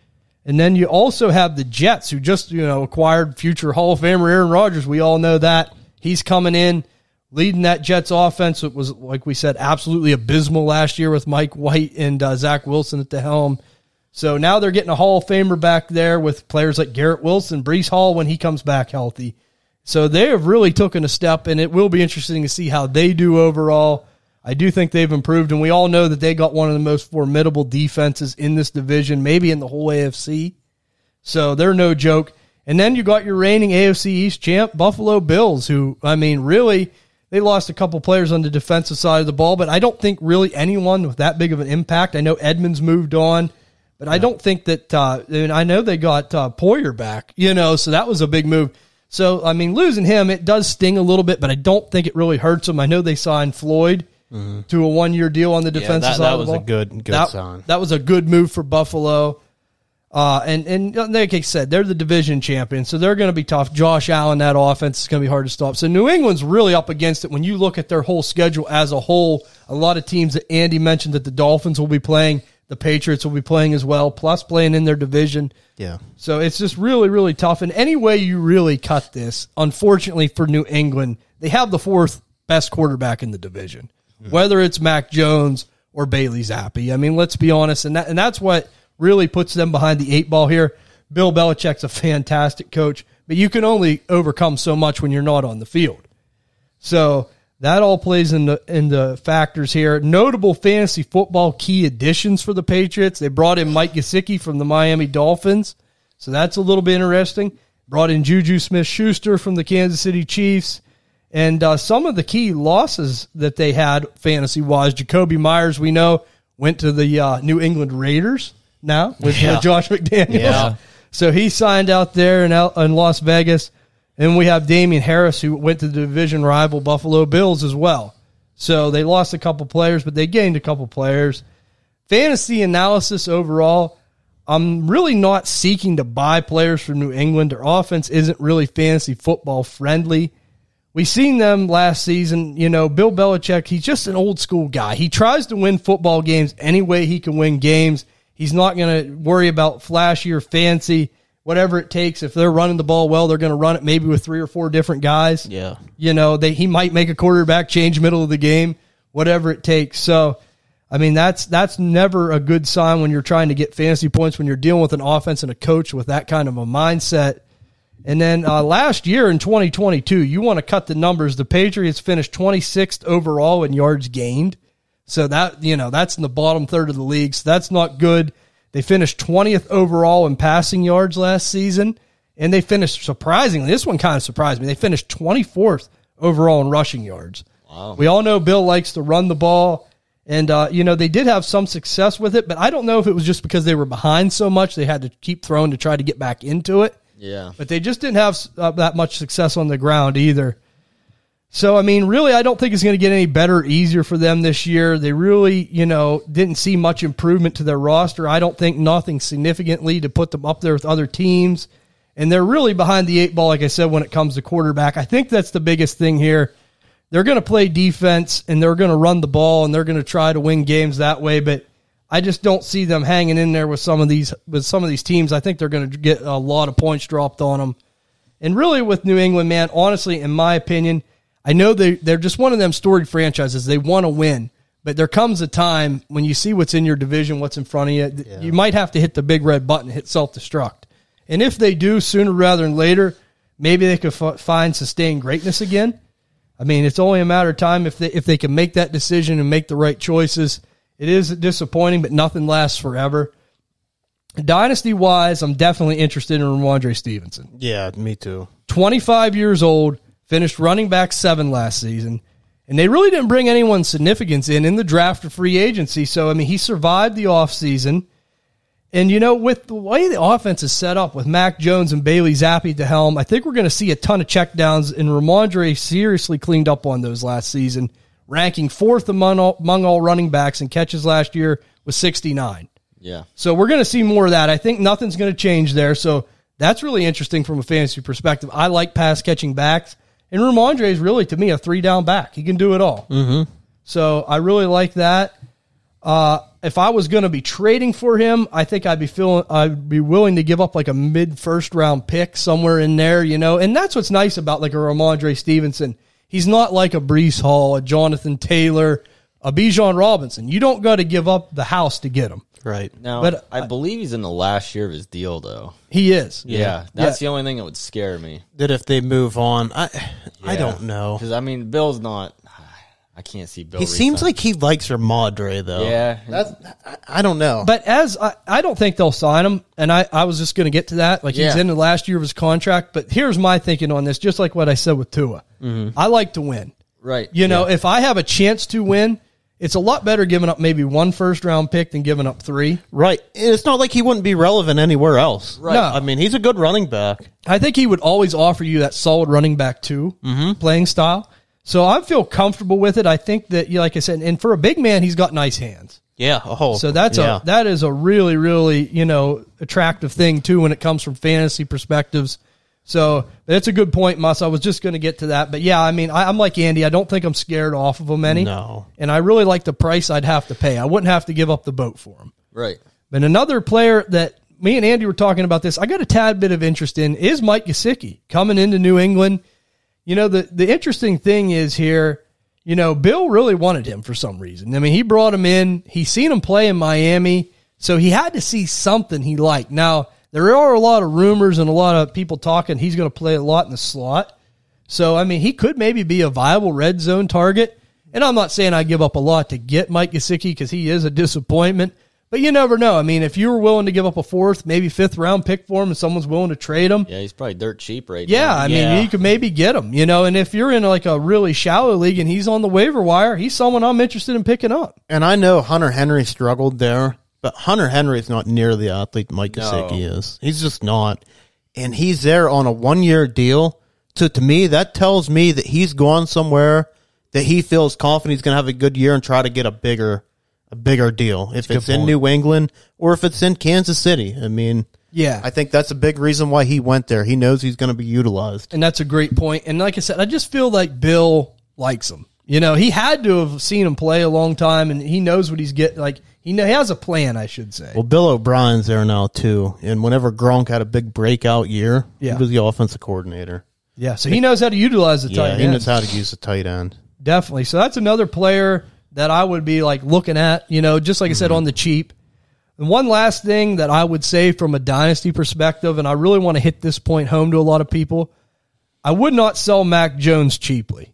Speaker 1: And then you also have the Jets who just, you know, acquired future Hall of Famer Aaron Rodgers. We all know that. He's coming in, leading that Jets offense. It was, like we said, absolutely abysmal last year with Mike White and uh, Zach Wilson at the helm. So now they're getting a Hall of Famer back there with players like Garrett Wilson, Brees Hall when he comes back healthy. So they have really taken a step, and it will be interesting to see how they do overall. I do think they've improved, and we all know that they got one of the most formidable defenses in this division, maybe in the whole AFC. So they're no joke. And then you got your reigning AFC East champ, Buffalo Bills, who, I mean, really, they lost a couple players on the defensive side of the ball, but I don't think really anyone with that big of an impact. I know Edmonds moved on, but I don't think that, uh, and I know they got uh, Poyer back, you know, so that was a big move. So, I mean, losing him, it does sting a little bit, but I don't think it really hurts them. I know they signed Floyd to a one year deal on the defensive
Speaker 3: Mm-hmm. that,
Speaker 1: side
Speaker 3: that
Speaker 1: of the
Speaker 3: was
Speaker 1: ball
Speaker 3: a good good
Speaker 1: that,
Speaker 3: sign.
Speaker 1: that was a good move for Buffalo. Uh, and and like I said, they're the division champions, so they're going to be tough. Josh Allen, that offense is going to be hard to stop. So New England's really up against it when you look at their whole schedule as a whole. A lot of teams that Andy mentioned that the Dolphins will be playing, the Patriots will be playing as well, plus playing in their division.
Speaker 3: Yeah.
Speaker 1: So it's just really, really tough. And any way you really cut this, unfortunately for New England, they have the fourth best quarterback in the division, whether it's Mac Jones or Bailey Zappi. I mean, let's be honest. And, that, and that's what really puts them behind the eight ball here. Bill Belichick's a fantastic coach, but you can only overcome so much when you're not on the field. So that all plays into into factors here. Notable fantasy football key additions for the Patriots. They brought in Mike Gesicki from the Miami Dolphins, so that's a little bit interesting. Brought in Juju Smith Schuster from the Kansas City Chiefs. And uh, some of the key losses that they had fantasy wise, Jacoby Myers, we know, went to the uh, New England Raiders now with uh,
Speaker 4: Yeah.
Speaker 1: Josh McDaniels.
Speaker 4: Yeah.
Speaker 1: So he signed out there in, out in Las Vegas. And we have Damian Harris, who went to the division rival Buffalo Bills as well. So they lost a couple players, but they gained a couple players. Fantasy analysis overall, I'm really not seeking to buy players from New England. Their offense isn't really fantasy football friendly. We seen them last season. You know, Bill Belichick, he's just an old school guy. He tries to win football games any way he can win games. He's not going to worry about flashy or fancy, whatever it takes. If they're running the ball well, they're going to run it maybe with three or four different guys.
Speaker 5: Yeah.
Speaker 1: You know, they, he might make a quarterback change middle of the game, whatever it takes. So, I mean, that's that's never a good sign when you're trying to get fantasy points when you're dealing with an offense and a coach with that kind of a mindset. And then uh, last year in 2022, you want to cut the numbers. The Patriots finished 26th overall in yards gained. So that, you know, that's in the bottom third of the league. So that's not good. They finished 20th overall in passing yards last season. And they finished surprisingly, this one kind of surprised me. They finished 24th overall in rushing yards. We all know Bill likes to run the ball. And, uh, you know, they did have some success with it, but I don't know if it was just because they were behind so much they had to keep throwing to try to get back into it
Speaker 5: Yeah.
Speaker 1: but they just didn't have uh, that much success on the ground either. So I mean, really, I don't think it's going to get any better, or easier for them this year. They really, you know, didn't see much improvement to their roster. I don't think nothing significantly to put them up there with other teams, and they're really behind the eight ball. Like I said, when it comes to quarterback, I think that's the biggest thing here. They're going to play defense and they're going to run the ball and they're going to try to win games that way, but I just don't see them hanging in there with some of these with some of these teams. I think they're going to get a lot of points dropped on them. And really, with New England, man, honestly, in my opinion, I know they, they're just one of them storied franchises. They want to win, but there comes a time when you see what's in your division, what's in front of you, th- you might have to hit the big red button, hit self destruct. And if they do sooner rather than later, maybe they could f- find sustained greatness again. I mean, it's only a matter of time if they if they can make that decision and make the right choices. It is disappointing, but nothing lasts forever. Dynasty wise, I'm definitely interested in Ramondre Stevenson.
Speaker 3: Yeah, me too.
Speaker 1: 25 years old, finished running back seven last season, And they really didn't bring anyone significance in in the draft or free agency. So, I mean, he survived the offseason. And, you know, with the way the offense is set up with Mac Jones and Bailey Zappi at the helm, I think we're going to see a ton of checkdowns. And Ramondre seriously cleaned up on those last season, ranking fourth among all, among all running backs in catches last year with 69.
Speaker 5: Yeah.
Speaker 1: So we're going to see more of that. I think nothing's going to change there. So that's really interesting from a fantasy perspective. I like pass catching backs, and Ramondre is really to me a three down back. He can do it all. Mm-hmm. So I really like that. Uh, if I was going to be trading for him, I think I'd be feeling I'd be willing to give up like a mid first round pick somewhere in there, you know. And that's what's nice about like a Ramondre Stevenson. He's not like a Brees Hall, a Jonathan Taylor, a Bijan Robinson. You don't got to give up the house to get him.
Speaker 3: Right.
Speaker 5: Now,
Speaker 1: But
Speaker 5: I believe he's in the last year of his deal, though.
Speaker 1: He is.
Speaker 5: Yeah, that's the only thing that would scare me.
Speaker 3: That if they move on, I I don't know.
Speaker 5: Because I mean, Bill's not. I can't see Bill.
Speaker 3: He seems
Speaker 5: resign.
Speaker 3: like he likes Ramadre though.
Speaker 5: Yeah.
Speaker 3: That's, I, I don't know.
Speaker 1: But as I, I don't think they'll sign him, and I, I was just going to get to that. Like he's
Speaker 5: Yeah.
Speaker 1: in the last year of his contract. But here's my thinking on this, just like what I said with Tua. I like to win.
Speaker 5: Mm-hmm. right.
Speaker 1: You know, if I have a chance to win, it's a lot better giving up maybe one first round pick than giving up three.
Speaker 3: right. And It's not like he wouldn't be relevant anywhere else.
Speaker 1: Right. No.
Speaker 3: I mean, he's a good running back.
Speaker 1: I think he would always offer you that solid running back 2
Speaker 5: Mm-hmm.
Speaker 1: playing style. So I feel comfortable with it. I think that, yeah, like I said, and for a big man, he's got nice hands.
Speaker 3: Yeah. Oh.
Speaker 1: So that's
Speaker 3: yeah.
Speaker 1: a that is a really really you know attractive thing too when it comes from fantasy perspectives. So that's a good point, Muss. I was just going to get to that, but yeah, I mean, I, I'm like Andy. I don't think I'm scared off of him any.
Speaker 3: No.
Speaker 1: and I really like the price I'd have to pay. I wouldn't have to give up the boat for him.
Speaker 5: Right.
Speaker 1: But another player that me and Andy were talking about this, I got a tad bit of interest in is Mike Gesicki coming into New England. You know, the, the interesting thing is here, you know, Bill really wanted him for some reason. I mean, he brought him in, he's seen him play in Miami, so he had to see something he liked. Now, there are a lot of rumors and a lot of people talking he's going to play a lot in the slot. So, I mean, he could maybe be a viable red zone target. And I'm not saying I give up a lot to get Mike Gesicki because he is a disappointment, but you never know. I mean, if you were willing to give up a fourth, maybe fifth round pick for him and someone's willing to trade him,
Speaker 5: Yeah, he's probably dirt cheap right
Speaker 1: yeah,
Speaker 5: now.
Speaker 1: I
Speaker 3: Yeah.
Speaker 1: mean, you could maybe get him, you know. And if you're in like a really shallow league and he's on the waiver wire, he's someone I'm interested in picking up.
Speaker 3: And I know Hunter Henry struggled there, but Hunter Henry's not near the athlete Mike
Speaker 5: No.
Speaker 3: Gesicki is. He's just not. And he's there on a one year deal. So to me, that tells me that he's gone somewhere that he feels confident he's going to have a good year and try to get a bigger, a bigger deal. If it's in New England or if it's in Kansas City, I mean,
Speaker 1: Yeah.
Speaker 3: I think that's a big reason why he went there. He knows he's going to be utilized.
Speaker 1: And that's a great point. And like I said, I just feel like Bill likes him. You know, he had to have seen him play a long time and he knows what he's getting. Like, he, know, he has a plan, I should say.
Speaker 3: Well, Bill O'Brien's there now too, and whenever Gronk had a big breakout year,
Speaker 1: Yeah.
Speaker 3: he was the offensive coordinator.
Speaker 1: yeah. So he knows how to utilize the
Speaker 3: Yeah,
Speaker 1: tight
Speaker 3: he
Speaker 1: end.
Speaker 3: knows how to use a tight end.
Speaker 1: Definitely. So that's another player that I would be like looking at, you know, just like I said,
Speaker 3: Mm-hmm.
Speaker 1: on the cheap. And one last thing that I would say from a dynasty perspective, and I really want to hit this point home to a lot of people, I would not sell Mac Jones cheaply.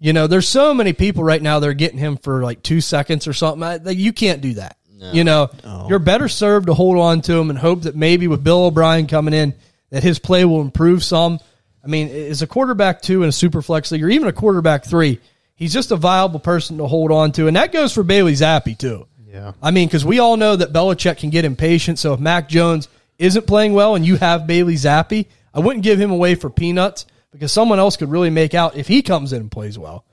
Speaker 1: You know, there's so many people right now that are getting him for like two seconds or something. I, like, you can't do that. You know, you're better served to hold on to him and hope that maybe with Bill O'Brien coming in, that his play will improve some. I mean, is a quarterback two in a super flex league or even a quarterback three? He's just a viable person to hold on to. And that goes for Bailey Zappi, too.
Speaker 3: Yeah.
Speaker 1: I mean, because we all know that Belichick can get impatient. So if Mac Jones isn't playing well and you have Bailey Zappi, I wouldn't give him away for peanuts because someone else could really make out if he comes in and plays well.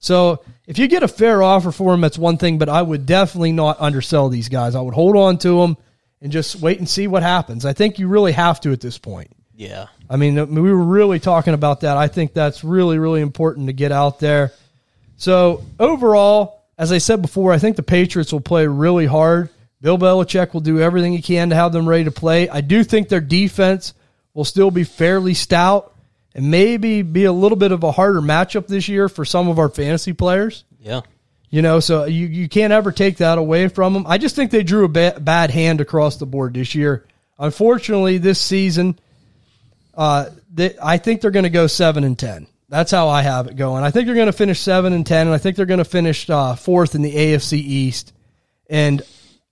Speaker 1: So if you get a fair offer for him, that's one thing, but I would definitely not undersell these guys. I would hold on to them and just wait and see what happens. I think you really have to at this point.
Speaker 3: Yeah.
Speaker 1: I mean, we were really talking about that. I think that's really, really important to get out there. So overall, as I said before, I think the Patriots will play really hard. Bill Belichick will do everything he can to have them ready to play. I do think their defense will still be fairly stout and maybe be a little bit of a harder matchup this year for some of our fantasy players.
Speaker 3: Yeah.
Speaker 1: You know, so you, you can't ever take that away from them. I just think they drew a ba- bad hand across the board this year. Unfortunately, this season, uh, they, I think they're going to go seven and ten. That's how I have it going. I think they're going to finish seven and ten, and I think they're going to finish uh, fourth in the AFC East. And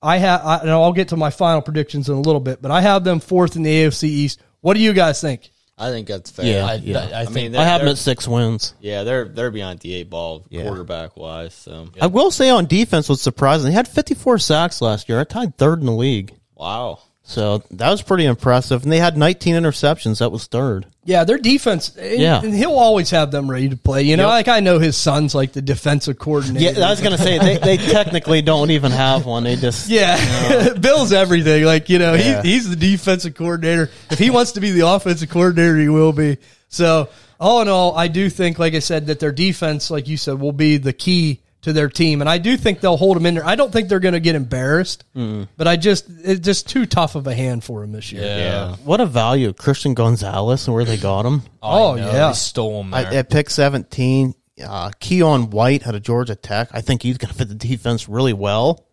Speaker 1: I have, I, and I'll get to my final predictions in a little bit, but I have them fourth in the AFC East. What do you guys think?
Speaker 5: I think that's fair.
Speaker 3: Yeah,
Speaker 4: I,
Speaker 3: yeah.
Speaker 4: I, I
Speaker 5: I
Speaker 4: think
Speaker 5: mean,
Speaker 3: I
Speaker 5: they're-
Speaker 3: have them
Speaker 5: they're-
Speaker 3: at six wins.
Speaker 5: Yeah, they're they're behind the eight ball
Speaker 3: Yeah.
Speaker 5: quarterback wise. So
Speaker 3: I will say on defense was surprising. They had 54 sacks last year. I tied third in the league.
Speaker 5: wow,
Speaker 3: So that was pretty impressive. And they had 19 interceptions. That was third.
Speaker 1: Yeah, their defense. And,
Speaker 3: Yeah.
Speaker 1: and he'll always have them ready to play. You know, like I know his son's like the defensive coordinator.
Speaker 3: Yeah, I was going to say, they, they technically don't even have one. They (laughs) just.
Speaker 1: Yeah, (laughs) Bill's everything. Like you know,
Speaker 3: Yeah.
Speaker 1: he, he's the defensive coordinator. If he wants to be the offensive coordinator, he will be. So all in all, I do think, like I said, that their defense, like you said, will be the key to their team, and I do think they'll hold them in there. I don't think they're going to get embarrassed, but I just it's just too tough of a hand for him this year.
Speaker 5: yeah,
Speaker 3: What a value. Christian Gonzalez and where they got him.
Speaker 1: Oh,
Speaker 4: I know,
Speaker 1: yeah.
Speaker 4: they stole him.
Speaker 3: I,
Speaker 4: there.
Speaker 3: at pick 17, uh, Keon White out of Georgia Tech. I think he's going to fit the defense really well.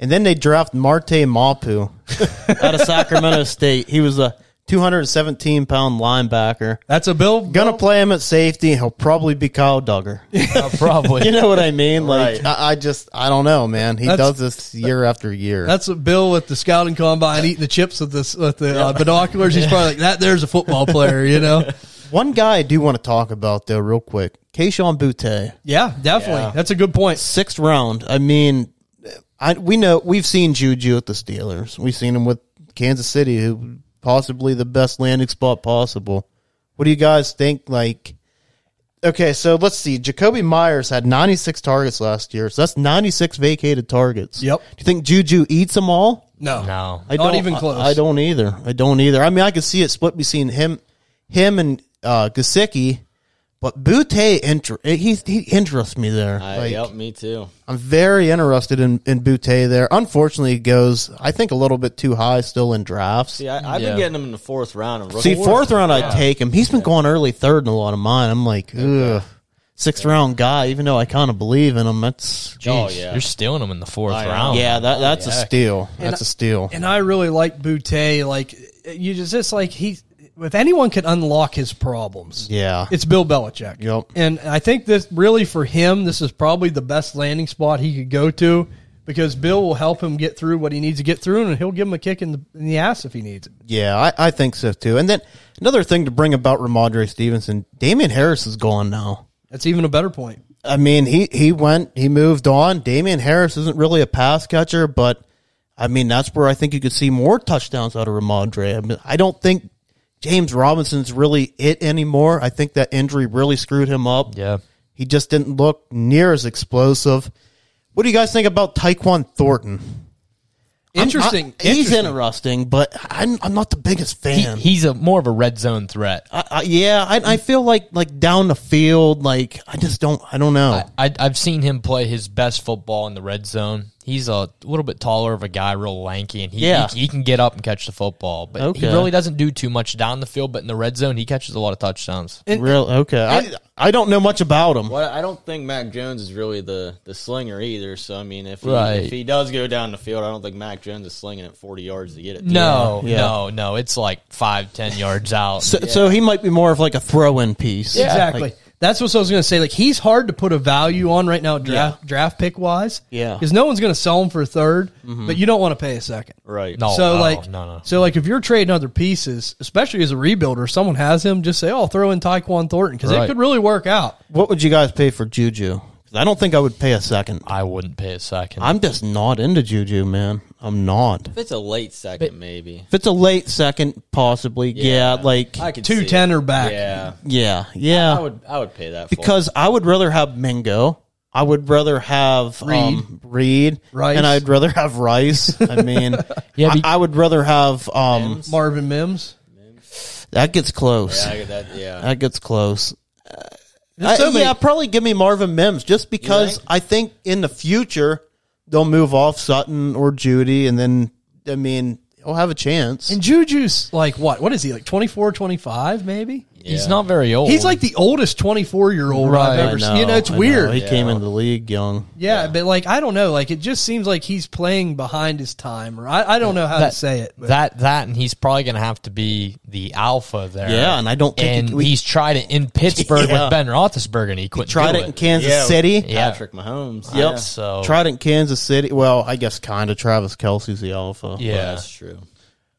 Speaker 3: And then they draft Marte Mapu (laughs) out of Sacramento State. He was a 217 pound linebacker.
Speaker 1: That's a Bill.
Speaker 3: Gonna play him at safety. He'll probably be Kyle (laughs) Duggar.
Speaker 4: Uh,
Speaker 3: (laughs)
Speaker 4: probably.
Speaker 3: You know what I mean? Like
Speaker 5: Right.
Speaker 3: I, I just I don't know, man. He
Speaker 1: That's-
Speaker 3: does this year after year.
Speaker 1: That's a Bill with the scouting combine eating the chips with the with the uh, binoculars. He's probably like that. There's a football player, you know.
Speaker 3: One guy I do want to talk about though, real quick. Keyshawn Butte.
Speaker 1: Yeah, definitely. That's a good point.
Speaker 3: sixth round. I mean, I we know we've seen Juju at the Steelers. We've seen him with Kansas City, who possibly the best landing spot possible. What do you guys think? Like, okay, so let's see. Jacoby Myers had 96 targets last year, so that's 96 vacated targets.
Speaker 1: Yep.
Speaker 3: Do you think Juju eats them all?
Speaker 1: No,
Speaker 4: No.
Speaker 3: I
Speaker 1: Not
Speaker 3: don't,
Speaker 1: even close.
Speaker 3: I, I don't either. I don't either. I mean, I could see it split between him, him and uh, Gasicki, but Butte inter- he he interests me there.
Speaker 5: I,
Speaker 3: Like,
Speaker 5: yep, me too.
Speaker 3: I'm very interested in in Butte there. Unfortunately, he goes I think a little bit too high still in drafts.
Speaker 5: See, I, I've
Speaker 4: Yeah.
Speaker 5: been getting him in the fourth round of
Speaker 3: See,
Speaker 5: rookie.
Speaker 3: fourth round I'd take him. He's been going early third in a lot of mine. I'm like, ugh, sixth round guy. Even though I kind of believe in him, that's
Speaker 5: Oh
Speaker 4: Jeez,
Speaker 5: yeah,
Speaker 4: You're stealing him in the fourth
Speaker 5: I know.
Speaker 4: round.
Speaker 3: Oh, yeah, that that's a steal.
Speaker 1: And I-
Speaker 3: That's a steal.
Speaker 1: and I really like Boutte. Like you just it's like he if anyone could unlock his problems.
Speaker 3: Yeah.
Speaker 1: It's Bill Belichick.
Speaker 3: Yep.
Speaker 1: And I think this really for him, this is probably the best landing spot he could go to because Bill will help him get through what he needs to get through and he'll give him a kick in the, in the ass if he needs it.
Speaker 3: Yeah, I, I think so too. And then another thing to bring about Ramondre Stevenson, Damian Harris is gone now.
Speaker 1: That's even a better point.
Speaker 3: I mean, he he went, he moved on. Damian Harris isn't really a pass catcher, but I mean, that's where I think you could see more touchdowns out of Ramondre. I, mean, I don't think James Robinson's really it anymore. I think that injury really screwed him up.
Speaker 4: Yeah.
Speaker 3: He just didn't look near as explosive. What do you guys think about Taekwon Thornton? I'm
Speaker 1: Interesting.
Speaker 3: not- he's
Speaker 1: Interesting.
Speaker 3: interesting, but I'm, I'm not the biggest
Speaker 4: He,
Speaker 3: fan.
Speaker 4: he's a more of a red zone threat.
Speaker 3: I, I, yeah, I, I feel like like down the field, like I just don't, I don't know.
Speaker 4: I, I've seen him play his best football in the red zone. He's a little bit taller of a guy, real lanky, and he,
Speaker 3: Yeah.
Speaker 4: he, he can get up and catch the football. But he
Speaker 3: Okay.
Speaker 4: really doesn't do too much down the field. But in the red zone, he catches a lot of touchdowns.
Speaker 3: Real okay. I I don't know much about him.
Speaker 5: Well, I don't think Mac Jones is really the, the slinger either. So I mean, if he,
Speaker 4: Right.
Speaker 5: if he does go down the field, I don't think Mac Jones is slinging it forty yards to get it.
Speaker 4: No,
Speaker 3: Yeah.
Speaker 4: no, no. It's like five, ten yards out.
Speaker 3: So, so he might be more of like a throw-in piece.
Speaker 1: Exactly.
Speaker 3: Like,
Speaker 1: That's what I was going to say. Like he's hard to put a value on right now, draft draft pick wise.
Speaker 3: Yeah.
Speaker 1: because no one's going to sell him for a 3rd but you don't want to pay a second.
Speaker 5: right?
Speaker 4: no,
Speaker 1: so
Speaker 4: no,
Speaker 1: like,
Speaker 4: no, no.
Speaker 1: so like, if you're trading other pieces, especially as a rebuilder, someone has him. Just say, "Oh, throw in Tyquan Thornton" because it
Speaker 4: Right.
Speaker 1: could really work out.
Speaker 3: what would you guys pay for Juju? 'Cause I don't think I would pay a second.
Speaker 4: I wouldn't pay a second.
Speaker 3: I'm just not into Juju, man. I'm not.
Speaker 5: If it's a late second, maybe.
Speaker 3: If it's a late second, possibly, yeah, like,
Speaker 5: I could
Speaker 1: Two
Speaker 5: see it.
Speaker 1: ten or back.
Speaker 5: Yeah,
Speaker 3: yeah, yeah.
Speaker 5: I would. I would pay that for.
Speaker 3: because I would rather have Mingo. I would rather have Reed, um, Reed
Speaker 1: Rice.
Speaker 3: and I'd rather have Rice. I mean,
Speaker 4: Yeah,
Speaker 3: I-
Speaker 4: be-
Speaker 3: I, would rather have um,
Speaker 1: Marvin Mims.
Speaker 3: that gets close.
Speaker 5: Yeah, I get that, yeah.
Speaker 3: That gets close.
Speaker 1: There's so
Speaker 3: I-
Speaker 1: many-
Speaker 3: yeah, probably give me Marvin Mims just because
Speaker 5: think?
Speaker 3: I think in the future they'll move off Sutton or Judy, and then I mean he'll have a chance.
Speaker 1: And Juju's like what? What is he like? 24, 25 maybe.
Speaker 4: he's not very old.
Speaker 1: He's like the oldest twenty four year old I've
Speaker 4: Right.
Speaker 1: ever seen. You know, it's
Speaker 3: I
Speaker 1: weird.
Speaker 3: He came into the league young.
Speaker 1: Yeah, but like I don't know, like it just seems like he's playing behind his time, or I, I don't know how to
Speaker 4: That-
Speaker 1: say it. But
Speaker 4: that that and he's probably going to have to be the alpha there.
Speaker 3: Yeah, and I don't think
Speaker 4: and
Speaker 3: it- we-
Speaker 4: he's tried it in
Speaker 3: (laughs)
Speaker 4: Pittsburgh
Speaker 3: Yeah.
Speaker 4: with Ben Roethlisberger, and he couldn't
Speaker 3: Tried
Speaker 4: do
Speaker 3: it in Kansas
Speaker 5: Yeah.
Speaker 3: City.
Speaker 4: Yeah.
Speaker 5: Patrick Mahomes.
Speaker 3: Yep.
Speaker 5: Yeah,
Speaker 4: So
Speaker 3: Tried it in Kansas City. Well, I guess kind of. Travis Kelsey's the alpha.
Speaker 4: yeah,
Speaker 5: that's true.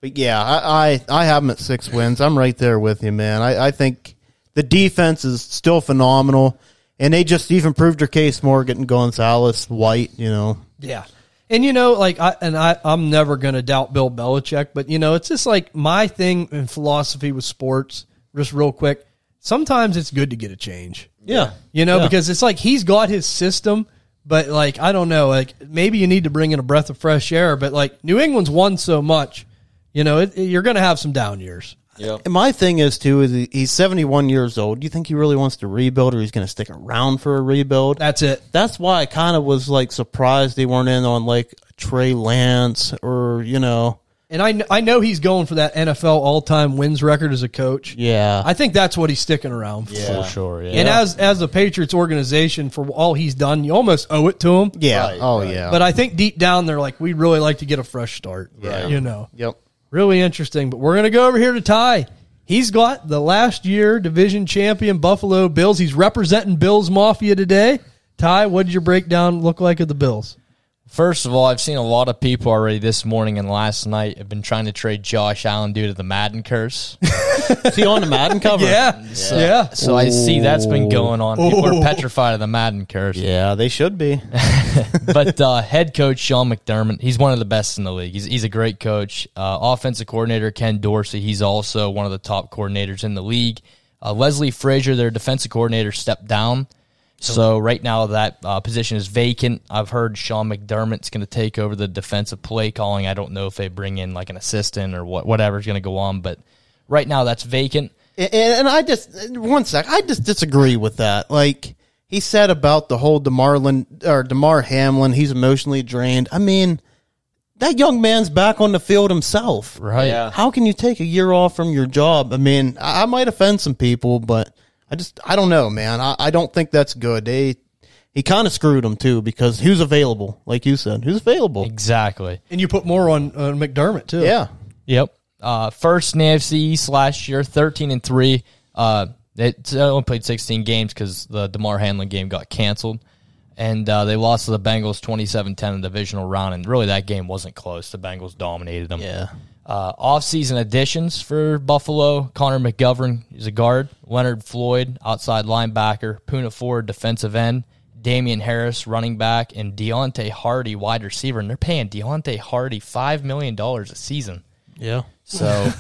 Speaker 3: But yeah, I, I, I have them at six wins. I'm right there with you, man. I, I think the defense is still phenomenal, and they just even proved their case more getting Gonzalez, White, you know.
Speaker 1: Yeah. And you know, like I and I, I'm never gonna doubt Bill Belichick, but you know, it's just like my thing in philosophy with sports, just real quick. Sometimes it's good to get a change.
Speaker 3: Yeah.
Speaker 1: You know, because it's like he's got his system, but like I don't know, like maybe you need to bring in a breath of fresh air, but like New England's won so much, you know, it, you're gonna have some down years.
Speaker 5: Yep.
Speaker 3: And my thing is too is he- he's 71 years old. Do you think he really wants to rebuild, or he's going to stick around for a rebuild?
Speaker 1: That's it.
Speaker 3: That's why I kind of was like surprised they weren't in on like Trey Lance or you know,
Speaker 1: And I, kn- I know he's going for that NFL all time wins record as a coach.
Speaker 3: yeah.
Speaker 1: I think that's what he's sticking around for.
Speaker 4: for sure. Yeah.
Speaker 1: And as as the Patriots organization for all he's done, you almost owe it to him.
Speaker 3: yeah. oh yeah.
Speaker 1: But I think deep down they're like, we'd really like to get a fresh start.
Speaker 3: Yeah.
Speaker 1: You know.
Speaker 3: yep.
Speaker 1: Really interesting. But we're gonna go over here to Ty. He's got the last year division champion Buffalo Bills. He's representing Bills Mafia today. Ty, what did your breakdown look like of the Bills?
Speaker 4: First of all, I've seen a lot of people already this morning and last night have been trying to trade Josh Allen due to the Madden curse.
Speaker 3: Is he on the Madden
Speaker 5: (laughs)
Speaker 3: cover?
Speaker 1: Yeah. yeah.
Speaker 4: So I see that's been going on. People are petrified of the Madden curse.
Speaker 3: Yeah, they should be.
Speaker 4: but uh, head coach Sean McDermott, he's one of the best in the league. He's, he's a great coach. Uh, offensive coordinator Ken Dorsey, he's also one of the top coordinators in the league. Uh, Leslie Frazier, their defensive coordinator, stepped down. So right now that uh, position is vacant. I've heard Sean McDermott's going to take over the defensive play calling. I don't know if they bring in like an assistant or what, whatever's going to go on, but right now that's vacant.
Speaker 3: And, and I just one sec, I just disagree with that. Like he said about the whole Demar Lin, or Demar Hamlin, he's emotionally drained. I mean, that young man's back on the field himself.
Speaker 4: Right.
Speaker 5: Yeah.
Speaker 3: How can you take a year off from your job? I mean, I, I might offend some people, but I just I don't know, man. I, I don't think that's good. They he kind of screwed him too because who's available? Like you said, who's available?
Speaker 4: Exactly.
Speaker 1: And you put more on uh, McDermott too.
Speaker 3: Yeah.
Speaker 4: Yep. Uh, first in the AFC East last year, thirteen and three. Uh, they they only played sixteen games because the Demar Hamlin game got canceled, and uh, they lost to the Bengals 27-10 in the divisional round. And really, that game wasn't close. The Bengals dominated them.
Speaker 3: Yeah.
Speaker 4: Uh, off-season additions for Buffalo: Connor McGovern is a guard, Leonard Floyd outside linebacker, Puna Ford defensive end, Damian Harris running back, and Deontay Hardy wide receiver. And they're paying Deontay Hardy five million dollars a season.
Speaker 3: Yeah.
Speaker 4: So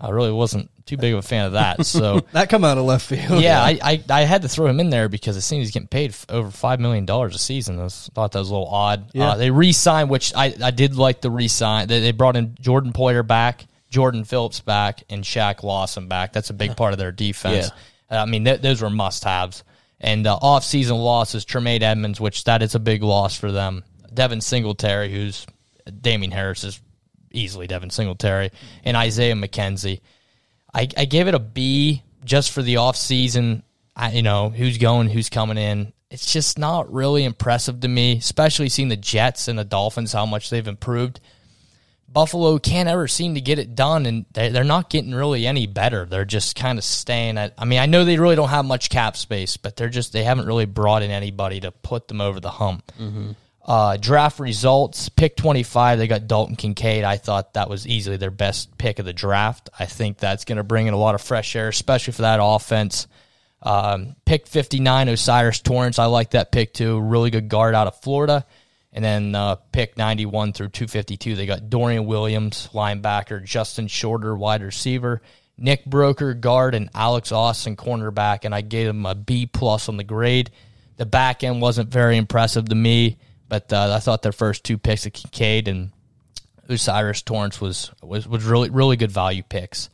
Speaker 4: I really wasn't too big of a fan of that. So
Speaker 1: That come out of left field.
Speaker 4: (laughs) yeah, I, I, I had to throw him in there because it seems he's getting paid f- over five million dollars a season. I was- thought that was a little odd. Uh, they re-signed, which I, I did like the re-sign. They, they brought in Jordan Poyer back, Jordan Phillips back, and Shaq Lawson back. That's a big part of their defense. Uh, I mean, th- those were must-haves. And uh, off-season losses, Tremaine Edmonds, which that is a big loss for them. Devin Singletary, who's Damien Harris is easily Devin Singletary, and Isaiah McKenzie. I, I gave it a B just for the offseason. I, you know, who's going, who's coming in. It's just not really impressive to me, especially seeing the Jets and the Dolphins, how much they've improved. Buffalo can't ever seem to get it done, and they- they're not getting really any better. They're just kind of staying at. I mean, I know they really don't have much cap space, but they're just, they haven't really brought in anybody to put them over the hump. Uh, draft results, pick 25, they got Dalton Kincaid. I thought that was easily their best pick of the draft. I think that's going to bring in a lot of fresh air, especially for that offense. Um, pick 59, Osiris Torrance. I like that pick too. Really good guard out of Florida. And then uh, pick 91 through 252, they got Dorian Williams, linebacker, Justin Shorter, wide receiver, Nick Broker, guard, and Alex Austin, cornerback. And I gave them a B plus on the grade. The back end wasn't very impressive to me, but uh, I thought their first two picks of Kincaid and Osiris Torrance was, was, was really, really good value picks.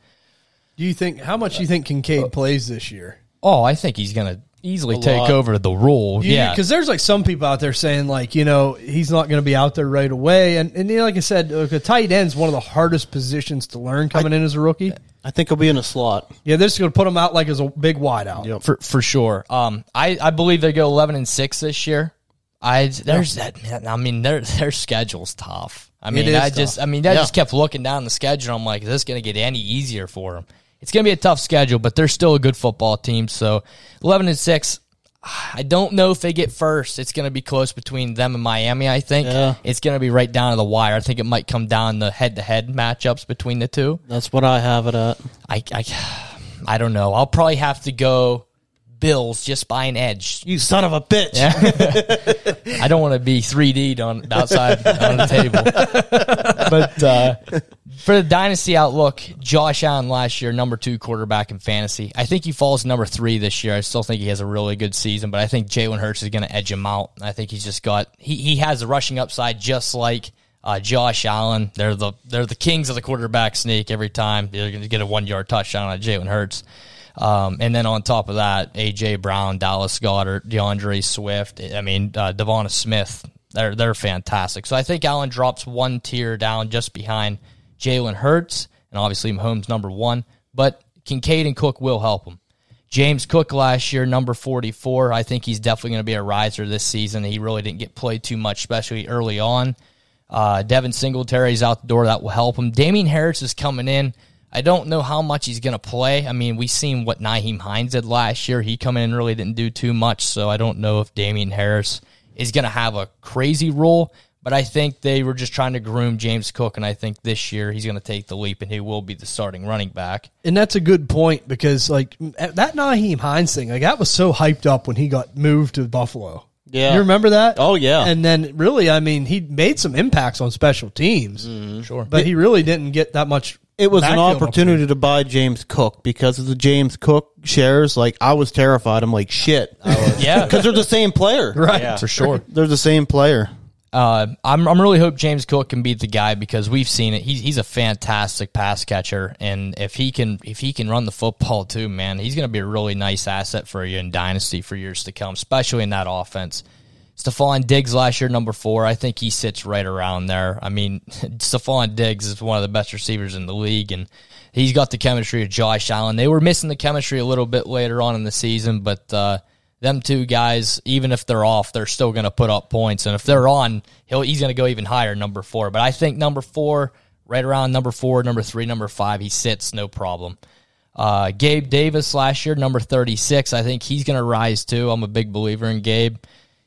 Speaker 1: Do you think how much do you think Kincaid plays this year?
Speaker 4: Oh, I think he's going to easily take
Speaker 3: lot.
Speaker 4: over the role.
Speaker 1: You-
Speaker 4: yeah.
Speaker 1: because there's like some people out there saying like you know he's not going to be out there right away, and and you know, like I said, look, the tight end's one of the hardest positions to learn coming in as a rookie.
Speaker 3: I think he'll be in a slot.
Speaker 1: Yeah, this is going to put him out like as a big wideout.
Speaker 4: for for sure. Um, I, I believe they go eleven and six this year. I there's that. Man, I mean, their their schedule's tough. I mean,
Speaker 1: is
Speaker 4: I just I mean, I
Speaker 3: Yeah.
Speaker 4: just kept looking down the schedule. I'm like, is this going to get any easier for them? It's going to be a tough schedule, but they're still a good football team. So eleven and six. I don't know if they get first. It's going to be close between them and Miami. I think
Speaker 6: Yeah.
Speaker 4: it's going to be right down to the wire. I think it might come down the head-to-head matchups between the two.
Speaker 6: That's what I have it at.
Speaker 4: I, I, I don't know. I'll probably have to go Bills just by an edge.
Speaker 6: You son of a bitch.
Speaker 4: I don't want to be 3D'd on outside on the table. But uh, for the dynasty outlook, Josh Allen last year, number two quarterback in fantasy. I think he falls to number three this year. I still think he has a really good season, but I think Jalen Hurts is going to edge him out. I think he's just got he he has a rushing upside just like. Uh, Josh Allen, they're the they're the kings of the quarterback sneak. Every time they're going to get a one yard touchdown on Jalen Hurts, um, and then on top of that, AJ Brown, Dallas Goddard, DeAndre Swift. I mean, uh, Devonta Smith. They're they're fantastic. So I think Allen drops one tier down just behind Jalen Hurts, and obviously Mahomes number one. But Kincaid and Cook will help him. James Cook last year, number 44. I think he's definitely going to be a riser this season. He really didn't get played too much, especially early on. Uh, Devin Singletary's out the door. That will help him. Damien Harris is coming in. I don't know how much he's going to play. I mean, we seen what Naheem Hines did last year. He come in and really didn't do too much, so I don't know if Damien Harris is going to have a crazy role. But I think they were just trying to groom James Cook, and I think this year he's going to take the leap and he will be the starting running back.
Speaker 1: And that's a good point because like that Naheem Hines thing, like that was so hyped up when he got moved to Buffalo.
Speaker 6: Yeah.
Speaker 1: You remember that?
Speaker 6: Oh, yeah.
Speaker 1: And then really, I mean, he made some impacts on special teams.
Speaker 4: Sure.
Speaker 1: But he really didn't get that much.
Speaker 3: It was an
Speaker 1: backfield
Speaker 3: opportunity to buy James Cook because of the James Cook shares. Like I was terrified. I'm like shit. (laughs)
Speaker 4: Yeah.
Speaker 3: because they're the same (laughs) player.
Speaker 1: Right.
Speaker 4: for sure.
Speaker 3: They're the same player.
Speaker 4: Uh, I'm I'm really hope James Cook can beat the guy because we've seen it. He's he's a fantastic pass catcher, and if he can if he can run the football too, man, he's going to be a really nice asset for you in dynasty for years to come, especially in that offense. Stephon Diggs last year, number four. I think he sits right around there. I mean, (laughs) Stephon Diggs is one of the best receivers in the league, and he's got the chemistry of Josh Allen. They were missing the chemistry a little bit later on in the season, but uh, them two guys, even if they're off, they're still going to put up points. And if they're on, he'll, he's going to go even higher, number four. But I think number four, right around number four, number three, number five, he sits no problem. Uh, Gabe Davis last year, number 36. I think he's going to rise too. I'm a big believer in Gabe.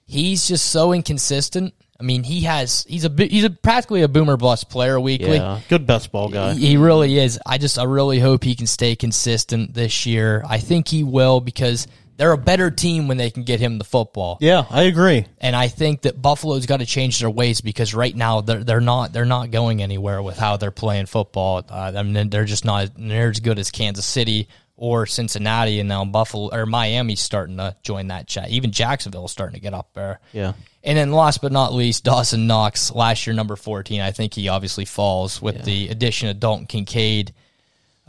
Speaker 4: He's just so inconsistent. I mean, he has he's a bi- he's a, practically a boomer bust player weekly.
Speaker 3: Yeah, good best ball guy.
Speaker 4: He really is. I just I really hope he can stay consistent this year. I think he will because they're a better team when they can get him the football.
Speaker 3: Yeah, I agree.
Speaker 4: And I think that Buffalo's got to change their ways because right now they're they're not they're not going anywhere with how they're playing football. Uh, I mean, they're just not near as good as Kansas City or Cincinnati, and now Buffalo or Miami's starting to join that chat. Even Jacksonville's starting to get up there.
Speaker 3: Yeah.
Speaker 4: And then last but not least, Dawson Knox last year number fourteen. I think he obviously falls with the addition of Dalton Kincaid.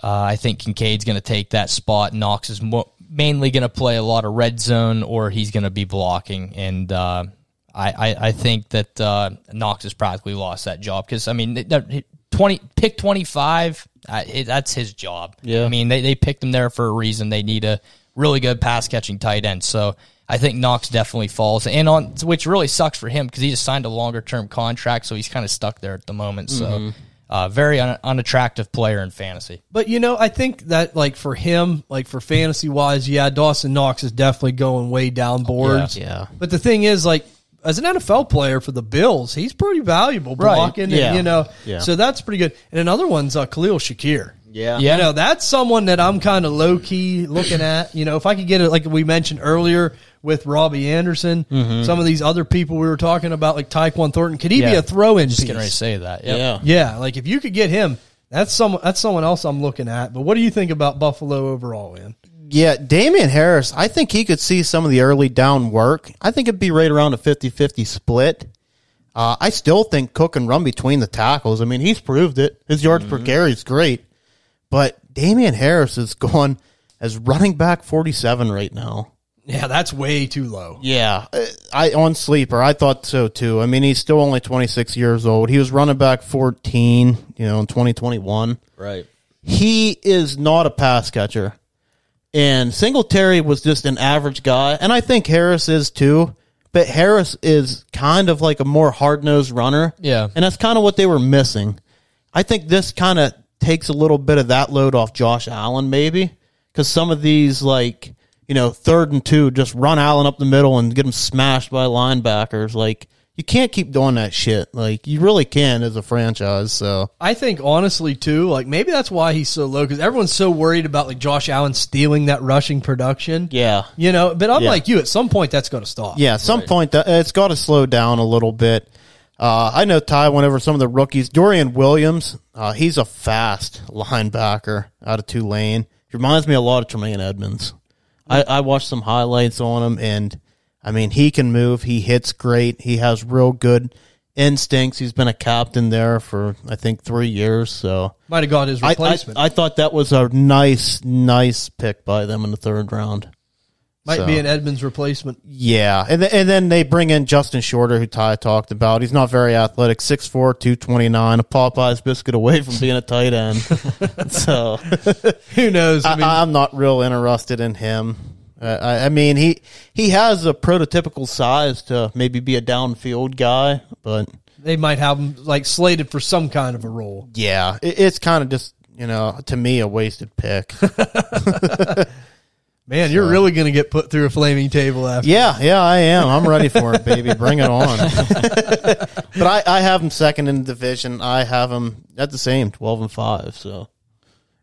Speaker 4: Uh, I think Kincaid's going to take that spot. Knox is mo- mainly going to play a lot of red zone, or he's going to be blocking. And uh, I, I, I think that uh, Knox has practically lost that job because I mean, they- they're- twenty pick twenty five. That's his job.
Speaker 6: Yeah.
Speaker 4: I mean, they they picked him there for a reason. They need a really good pass catching tight end. So I think Knox definitely falls, and on which really sucks for him because he just signed a longer term contract, so he's kind of stuck there at the moment. So. Uh, very un- unattractive player in fantasy.
Speaker 1: But you know, I think that like for him, like for fantasy wise, yeah, Dawson Knox is definitely going way down boards.
Speaker 6: yeah.
Speaker 1: But the thing is, like as an NFL player for the Bills, he's pretty valuable blocking,
Speaker 3: Yeah.
Speaker 1: and, you know.
Speaker 3: Yeah.
Speaker 1: So that's pretty good. And another one's uh, Khalil Shakir.
Speaker 5: Yeah.
Speaker 1: You know, that's someone that I'm kind of low key looking at. You know, if I could get it, like we mentioned earlier with Robbie Anderson, some of these other people we were talking about, like Tyquan Thornton, could he be
Speaker 4: Yeah.
Speaker 1: a throw in?
Speaker 4: Just
Speaker 1: piece?
Speaker 4: getting ready to say that.
Speaker 6: Yeah.
Speaker 1: Yeah, like if you could get him, that's some that's someone else I'm looking at. But what do you think about Buffalo overall, man?
Speaker 3: Yeah, Damian Harris, I think he could see some of the early down work. I think it'd be right around a 50 50 split. Uh, I still think Cook can run between the tackles. I mean, he's proved it. His yards per carry is great. But Damian Harris is gone as running back 47 right now.
Speaker 1: Yeah, that's way too low.
Speaker 3: Yeah, uh, I on sleeper. I thought so too. I mean, he's still only 26 years old. He was running back 14, you know, in 2021
Speaker 5: Right.
Speaker 3: he is not a pass catcher. And Singletary was just an average guy, and I think Harris is too. But Harris is kind of like a more hard nosed runner.
Speaker 4: Yeah.
Speaker 3: And that's kind of what they were missing. I think this kind of takes a little bit of that load off Josh Allen, maybe. Because some of these, like, you know, third and two, just run Allen up the middle and get him smashed by linebackers. Like you can't keep doing that shit. Like you really can as a franchise. So
Speaker 1: I think honestly too, like maybe that's why he's so low because everyone's so worried about like Josh Allen stealing that rushing production.
Speaker 3: yeah,
Speaker 1: You know, but I'm like you. At some point, that's going to stop.
Speaker 3: yeah. At some point, that, it's got to slow down a little bit. Uh, I know Ty went over some of the rookies. Dorian Williams, uh, he's a fast linebacker out of Tulane. He reminds me a lot of Tremaine Edmonds. I, I watched some highlights on him, and I mean, he can move. He hits great. He has real good instincts. He's been a captain there for I think three years. So
Speaker 1: might have got his
Speaker 3: I, I,
Speaker 1: replacement.
Speaker 3: I thought that was a nice, nice pick by them in the third round.
Speaker 1: might
Speaker 3: so.
Speaker 1: be an Edmonds replacement. (laughs)
Speaker 3: Yeah, and th- and then they bring in Justin Shorter, who Ty talked about. He's not very athletic, 6'4", 229, a Popeye's biscuit away from being a tight end. so
Speaker 1: Who knows? I, mean,
Speaker 3: I, I'm not real interested in him. Uh, I, I mean, he he has a prototypical size to maybe be a downfield guy, but
Speaker 1: they might have him like slated for some kind of a role.
Speaker 3: yeah, it, it's kind of just you know to me a wasted pick. (laughs)
Speaker 1: Man, you're really going to get put through a flaming table after.
Speaker 3: Yeah, yeah, I am. I'm ready for it, baby. Bring it on. but I, I have him second in the division. I have him at the same twelve and five. So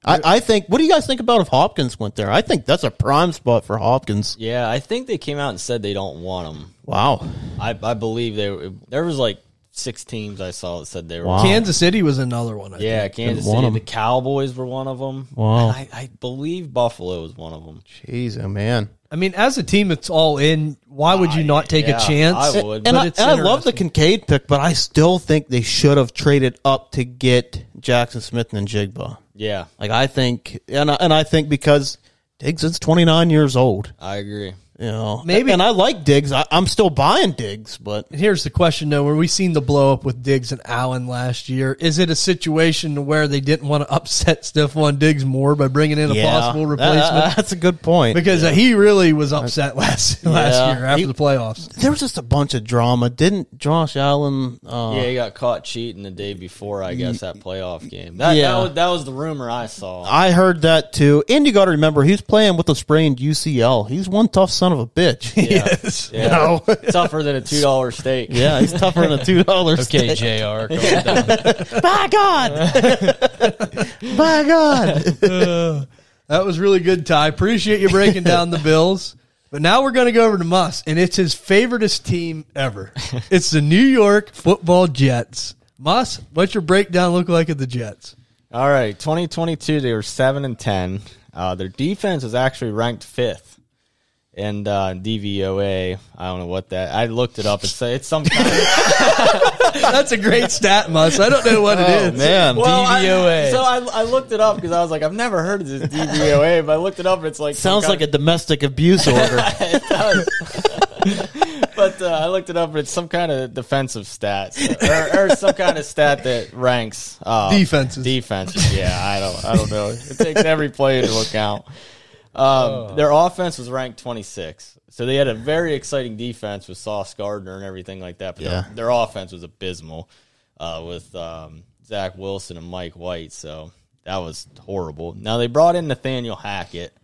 Speaker 3: I, I think. What do you guys think about if Hopkins went there? I think that's a prime spot for Hopkins.
Speaker 5: Yeah, I think they came out and said they don't want him.
Speaker 3: Wow.
Speaker 5: I, I believe they were, there was like six teams I saw that said they were.
Speaker 1: Kansas City was another one. I think.
Speaker 5: Yeah, Kansas
Speaker 3: want
Speaker 5: City.
Speaker 3: 'em.
Speaker 5: The Cowboys were one of them.
Speaker 3: Wow.
Speaker 5: I, I believe Buffalo was one of them.
Speaker 3: Jeez, oh man.
Speaker 1: I mean, as a team, it's all in. Why would you not take
Speaker 5: Ah, yeah,
Speaker 1: a chance?
Speaker 5: I would.
Speaker 3: And,
Speaker 5: But
Speaker 3: I, and
Speaker 1: it's
Speaker 3: I love the
Speaker 1: interesting.
Speaker 3: Kincaid pick, but I still think they should have traded up to get Jackson Smith and Jigba.
Speaker 5: Yeah,
Speaker 3: Like I think, and I, and I think because Diggs is 29 years old.
Speaker 5: I agree.
Speaker 3: You know,
Speaker 1: Maybe-
Speaker 3: And I like Diggs. I, I'm still buying Diggs, but
Speaker 1: And here's the question though, where we seen the blow up with Diggs and Allen last year, is it a situation where they didn't want to (laughs) upset Stephon Diggs more by bringing in a possible
Speaker 3: that-
Speaker 1: replacement?
Speaker 3: (laughs)
Speaker 5: (laughs)
Speaker 3: that's a good point.
Speaker 1: because uh, he really was upset last (laughs) last
Speaker 3: Yeah.
Speaker 1: year after
Speaker 3: He-
Speaker 1: the playoffs.
Speaker 3: there was just a bunch of drama. Didn't Josh Allen? Uh,
Speaker 5: yeah, he got caught cheating the day before, I guess, that playoff game. That,
Speaker 3: Yeah.
Speaker 5: that, was, that was the rumor I saw.
Speaker 3: I heard that too. And you got to remember, he's playing with a sprained UCL. He's one tough son of a bitch. (laughs)
Speaker 5: yeah. (laughs) Yeah.
Speaker 3: No.
Speaker 5: Tougher than a $2 steak.
Speaker 3: (laughs) yeah, he's tougher than a two (laughs) dollars.
Speaker 4: (laughs) (laughs) Okay, Jr. calm down.
Speaker 3: By God, by (laughs) God.
Speaker 1: (laughs) That was really good, Ty. Appreciate you breaking down the Bills. But now we're going to go over to Muss, and it's his favoriteest team ever.
Speaker 5: (laughs)
Speaker 1: It's the New York Football Jets. Muss, what's your breakdown look like of the Jets?
Speaker 5: All right, 2022, they were seven and ten. Uh, their defense was actually ranked fifth in uh, DVOA. I don't know what that. I looked it up. It's it's some kind (laughs) of
Speaker 1: That's a great stat, Muss. I don't know what it is.
Speaker 3: Oh, Man,
Speaker 5: Well, I-
Speaker 4: DVOA.
Speaker 5: so I, I looked it up because I was like, I've never heard of (laughs) this DVOA, but I looked it up. It's like some
Speaker 3: (laughs) sounds like
Speaker 5: kind
Speaker 3: a domestic (laughs) abuse order.
Speaker 5: of- (laughs) But uh, I looked it up. It's some kind of defensive stat or, or some kind of stat that ranks uh,
Speaker 1: Defenses.
Speaker 5: Defenses. Yeah, I don't. I don't know. It takes every play into account. Um, Their offense was ranked 26. So they had a very exciting defense with Sauce Gardner and everything like that. But
Speaker 3: Yeah.
Speaker 5: their, their offense was abysmal uh, with um, Zach Wilson and Mike White. So that was horrible. Now they brought in Nathaniel Hackett,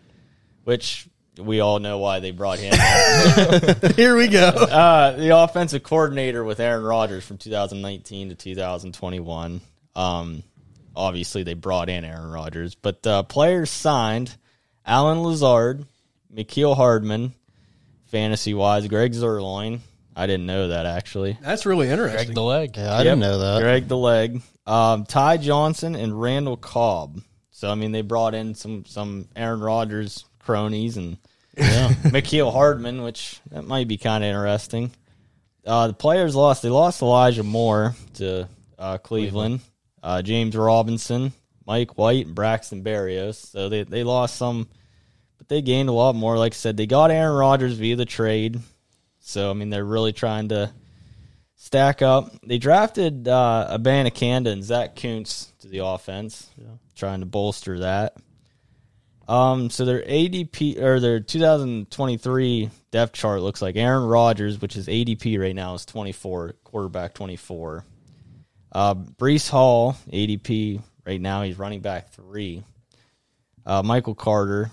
Speaker 5: which we all know why they brought him.
Speaker 1: Here we go.
Speaker 5: uh, the offensive coordinator with Aaron Rodgers from 2019 to 2021. Um, obviously, they brought in Aaron Rodgers, but uh, players signed Alan Lazard, Mikhail Hardman, fantasy wise, Greg Zerloin. I didn't know that actually.
Speaker 1: That's really
Speaker 4: Break
Speaker 1: interesting.
Speaker 4: the (laughs) leg.
Speaker 3: Yeah, I didn't
Speaker 5: Yep.
Speaker 3: know that.
Speaker 5: Greg the leg, um, Ty Johnson, and Randall Cobb. So I mean, they brought in some some Aaron Rodgers cronies and (laughs) yeah. Hardman, which that might be kind of interesting. Uh, the players lost. They lost Elijah Moore to uh, Cleveland, Uh, James Robinson, Mike White, and Braxton Berrios. So they they lost some, but they gained a lot more. Like I said, they got Aaron Rodgers via the trade. So I mean, they're really trying to stack up. They drafted uh, Abanacanda and Zach Kuntz to the offense, trying to bolster that. Um, so their ADP or their 2023 depth chart looks like Aaron Rodgers, which is ADP right now, is 24 quarterback 24. Uh, Brees Hall ADP right now he's running back three. Uh, Michael Carter,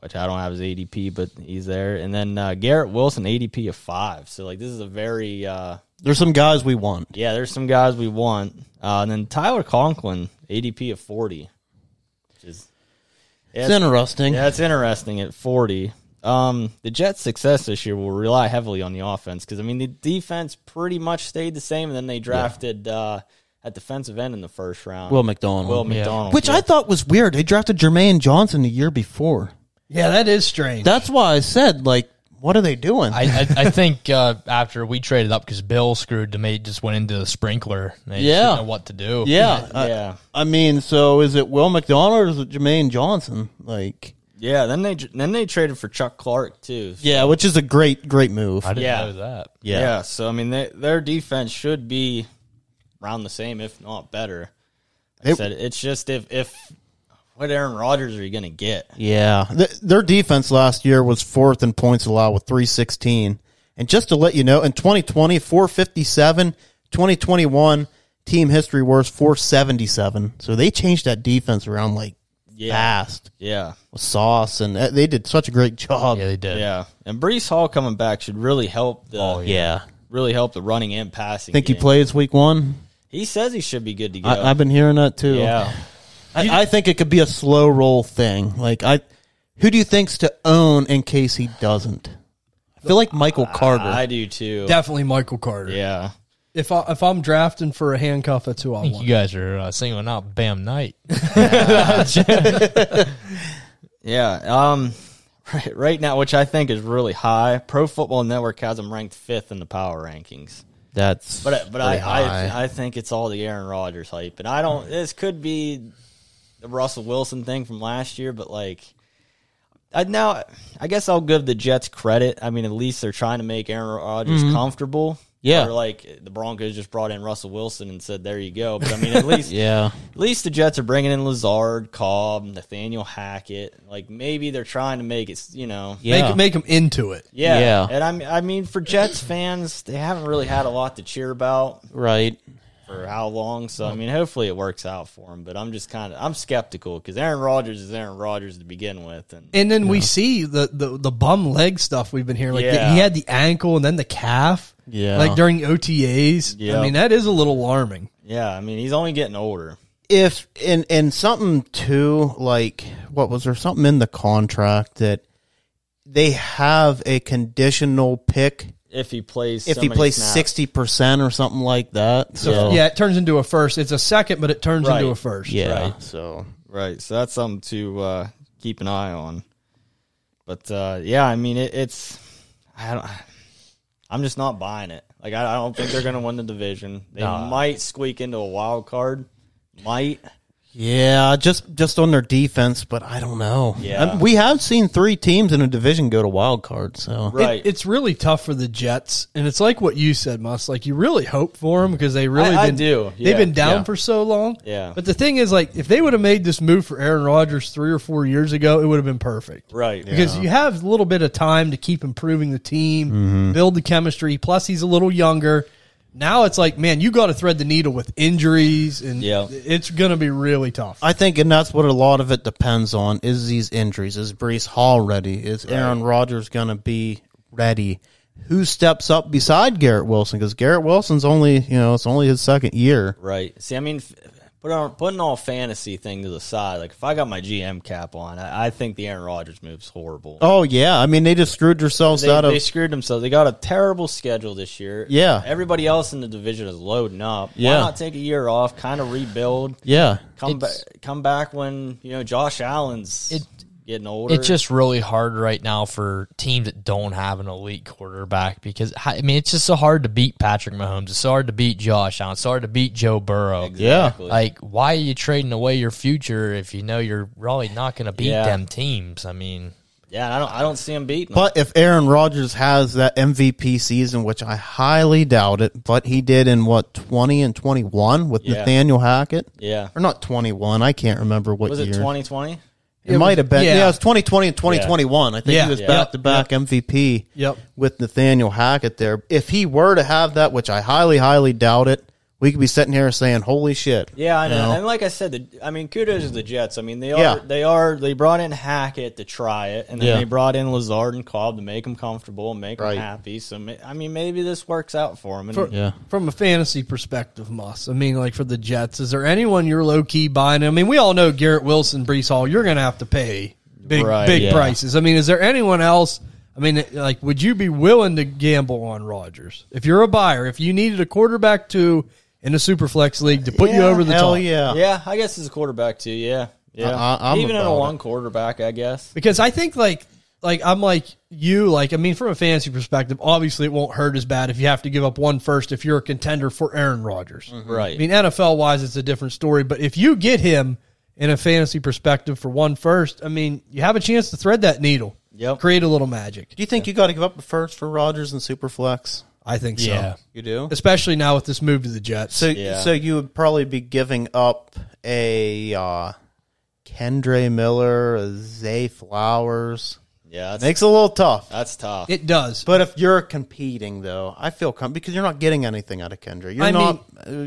Speaker 5: which I don't have his ADP, but he's there. And then uh, Garrett Wilson ADP of five. So like this is a very uh,
Speaker 3: There's some guys we want.
Speaker 5: yeah. There's some guys we want, uh, and then Tyler Conklin ADP of forty, which is yeah,
Speaker 6: It's interesting.
Speaker 5: yeah, it's interesting at 40. Um, the Jets' success this year will rely heavily on the offense because, I mean, the defense pretty much stayed the same, and then they drafted uh, at defensive end in the first round.
Speaker 6: Will McDonald.
Speaker 5: Will McDonald.
Speaker 6: Which I thought was weird. They drafted Jermaine Johnson the year before.
Speaker 1: Yeah, that is strange.
Speaker 6: That's why I said, like, what are they doing?
Speaker 4: I, I, I think uh, after we traded up because Bill screwed me, just went into the sprinkler. And they
Speaker 6: Yeah.
Speaker 4: yeah, know what to do.
Speaker 6: yeah. I,
Speaker 5: Yeah.
Speaker 6: I mean, so is it Will McDonald or is it Jermaine Johnson? Like,
Speaker 5: Yeah, then they then they traded for Chuck Clark, too.
Speaker 6: yeah, which is a great, great move.
Speaker 4: I didn't
Speaker 5: Yeah.
Speaker 4: know that.
Speaker 5: Yeah. so, I mean, they, their defense should be around the same, if not better. Like I
Speaker 3: They-
Speaker 5: said, it's just if, if what Aaron Rodgers are you going to get?
Speaker 6: yeah.
Speaker 3: Th- their defense last year was fourth in points allowed with 316. And just to let you know, in 2020, 457, 2021, team history worst 477. So they changed that defense around like
Speaker 5: Yeah.
Speaker 3: fast
Speaker 5: Yeah.
Speaker 3: with sauce, and uh, they did such a great job.
Speaker 4: Yeah, they did.
Speaker 5: Yeah. And Brees Hall coming back should really help the.
Speaker 6: Oh, Yeah.
Speaker 5: really help the running and passing.
Speaker 6: Think he
Speaker 5: game.
Speaker 6: plays week one?
Speaker 5: He says he should be good to go.
Speaker 6: I, I've been hearing that too.
Speaker 5: yeah,
Speaker 6: I, I think it could be a slow roll thing. Like I, who do you think's to own in case he doesn't? I feel like Michael Carter.
Speaker 5: I do too.
Speaker 1: Definitely Michael Carter.
Speaker 5: yeah,
Speaker 1: If I if I'm drafting for a handcuff, that's who I
Speaker 4: I think
Speaker 1: want.
Speaker 4: you guys are uh, singling out Bam Knight.
Speaker 5: yeah. Um, (laughs) right, right now, which I think is really high. Pro Football Network has him ranked fifth in the power rankings.
Speaker 6: That's
Speaker 5: But but I,
Speaker 6: pretty high.
Speaker 5: I I think it's all the Aaron Rodgers hype, and I don't. This could be the Russell Wilson thing from last year, but like. I, now, I guess I'll give the Jets credit. I mean, at least they're trying to make Aaron Rodgers comfortable.
Speaker 6: Mm-hmm. Yeah.
Speaker 5: Or like the Broncos just brought in Russell Wilson and said, "There you go." But I mean,
Speaker 6: (laughs)
Speaker 5: at least
Speaker 6: yeah.
Speaker 5: At least the Jets are bringing in Lazard, Cobb, Nathaniel Hackett. Like maybe they're trying to make it, s- you know. Yeah.
Speaker 1: Make make him into it.
Speaker 6: Yeah.
Speaker 5: And I'm, I mean, for Jets fans, they haven't really had a lot to cheer about
Speaker 6: Right.
Speaker 5: for how long. So, I mean, hopefully it works out for them. But I'm just kind of, I'm skeptical because Aaron Rodgers is Aaron Rodgers to begin with. And
Speaker 1: And then we see the, the the bum leg stuff we've been hearing. Like
Speaker 5: Yeah.
Speaker 1: he had the ankle and then the calf.
Speaker 6: Yeah.
Speaker 1: Like during OTAs.
Speaker 5: Yeah.
Speaker 1: I mean, that is a little alarming.
Speaker 5: yeah, I mean, he's only getting older.
Speaker 3: if and and something too like what was there something in the contract that they have a conditional pick
Speaker 5: If he plays,
Speaker 3: if
Speaker 5: so
Speaker 3: he
Speaker 5: many
Speaker 3: plays
Speaker 5: snaps.
Speaker 3: sixty percent or something like that. So
Speaker 1: Yeah, it turns into a first. It's a second, but it turns
Speaker 5: Right.
Speaker 1: into a first.
Speaker 6: Yeah.
Speaker 5: Right.
Speaker 3: so
Speaker 5: Right. So that's something to uh, keep an eye on. But uh, yeah, I mean, it, it's I don't. I'm just not buying it. Like I, I don't think they're going to win the division. They might squeak into a wild card. Might.
Speaker 3: yeah, just just on their defense, but I don't know.
Speaker 5: Yeah.
Speaker 3: Um, we have seen three teams in a division go to wild card. So
Speaker 1: It-
Speaker 5: Right.
Speaker 1: it's really tough for the Jets, and it's like what you said, Mus. Like you really hope for them because they really
Speaker 5: I
Speaker 1: been,
Speaker 5: do, yeah,
Speaker 1: They've been down
Speaker 5: yeah.
Speaker 1: for so long.
Speaker 5: Yeah.
Speaker 1: But the thing is, like, if they would have made this move for Aaron Rodgers three or four years ago, it would have been perfect.
Speaker 5: right.
Speaker 1: Because you have a little bit of time to keep improving the team,
Speaker 5: Mm-hmm.
Speaker 1: build the chemistry. Plus, he's a little younger. Now it's like, man, you got to thread the needle with injuries, and
Speaker 5: Yeah.
Speaker 1: it's going to be really tough.
Speaker 3: I think, and that's what a lot of it depends on is these injuries. Is Brees Hall ready? Is Aaron Rodgers going to be ready? Who steps up beside Garrett Wilson? Because Garrett Wilson's only, you know, it's only his second year.
Speaker 5: Right. See, I mean, f- put on putting all fantasy thing to the side. Like if I got my GM cap on, I, I think the Aaron Rodgers move's horrible.
Speaker 3: Oh yeah, I mean they just screwed themselves
Speaker 5: They,
Speaker 3: out of.
Speaker 5: they screwed themselves. They got a terrible schedule this year.
Speaker 3: Yeah.
Speaker 5: Everybody else in the division is loading up.
Speaker 3: Yeah.
Speaker 5: Why not take a year off, kind of rebuild,
Speaker 3: yeah,
Speaker 5: come back come back when, you know, Josh Allen's getting older.
Speaker 4: It's just really hard right now for teams that don't have an elite quarterback because I I mean it's just so hard to beat Patrick Mahomes. It's so hard to beat Josh Allen. It's so hard to beat Joe Burrow.
Speaker 5: Exactly.
Speaker 4: Like why are you trading away your future if you know you're really not going to beat
Speaker 5: Yeah.
Speaker 4: them teams? I mean,
Speaker 5: Yeah, and I don't I don't see him beating. him.
Speaker 3: but if Aaron Rodgers has that MVP season, which I highly doubt it, but he did in what twenty and twenty one with
Speaker 5: Yeah.
Speaker 3: Nathaniel Hackett,
Speaker 5: Yeah.
Speaker 3: or not twenty one? I can't remember what
Speaker 5: Was
Speaker 3: year.
Speaker 5: it 2020?
Speaker 3: It, might have been. Yeah.
Speaker 1: yeah.
Speaker 3: it was 2020 and 2021. I think
Speaker 1: Yeah.
Speaker 3: he was
Speaker 1: Yeah.
Speaker 3: back to back MVP
Speaker 1: Yep.
Speaker 3: with Nathaniel Hackett there. If he were to have that, which I highly, highly doubt it, we could be sitting here saying, "Holy shit!"
Speaker 5: Yeah, I
Speaker 3: you
Speaker 5: know. And like I said, the, I mean, kudos to the Jets. I mean, they are
Speaker 3: Yeah.
Speaker 5: they are they brought in Hackett to try it, and then
Speaker 3: Yeah.
Speaker 5: they brought in Lazard and Cobb to make them comfortable and make
Speaker 3: Right.
Speaker 5: them happy. So ma- I mean, maybe this works out for them. And
Speaker 1: For- From a fantasy perspective, Moss. I mean, like for the Jets, is there anyone you're low key buying? I mean, we all know Garrett Wilson, Brees Hall. You're going to have to pay big
Speaker 5: Right,
Speaker 1: big
Speaker 5: yeah.
Speaker 1: prices. I mean, is there anyone else? I mean, like, would you be willing to gamble on Rodgers if you're a buyer? If you needed a quarterback to in a superflex league to put you over the
Speaker 3: hell
Speaker 1: top?
Speaker 3: yeah.
Speaker 5: yeah, I guess as a quarterback too. Yeah, yeah.
Speaker 3: I- I- I'm
Speaker 5: Even in a
Speaker 3: about it.
Speaker 5: one quarterback, I guess.
Speaker 1: Because I think like like I'm like you like I mean from a fantasy perspective, obviously it won't hurt as bad if you have to give up one first if you're a contender for Aaron Rodgers.
Speaker 5: Right.
Speaker 1: I mean, NFL wise, it's a different story. But if you get him in a fantasy perspective for one first, I mean, you have a chance to thread that needle.
Speaker 5: Yep.
Speaker 1: Create a little magic.
Speaker 3: Do you think you got to give up a first for Rogers and Superflex?
Speaker 1: I think so.
Speaker 4: Yeah.
Speaker 3: You do.
Speaker 1: Especially now with this move to the Jets.
Speaker 3: So,
Speaker 5: Yeah.
Speaker 3: so you would probably be giving up a uh, Kendra Miller, a Zay Flowers.
Speaker 5: yeah, that's,
Speaker 3: Makes it a little tough.
Speaker 5: that's tough.
Speaker 1: it does.
Speaker 3: But if you're competing, though, I feel com- because you're not getting anything out of Kendra. You're
Speaker 1: I
Speaker 3: not uh,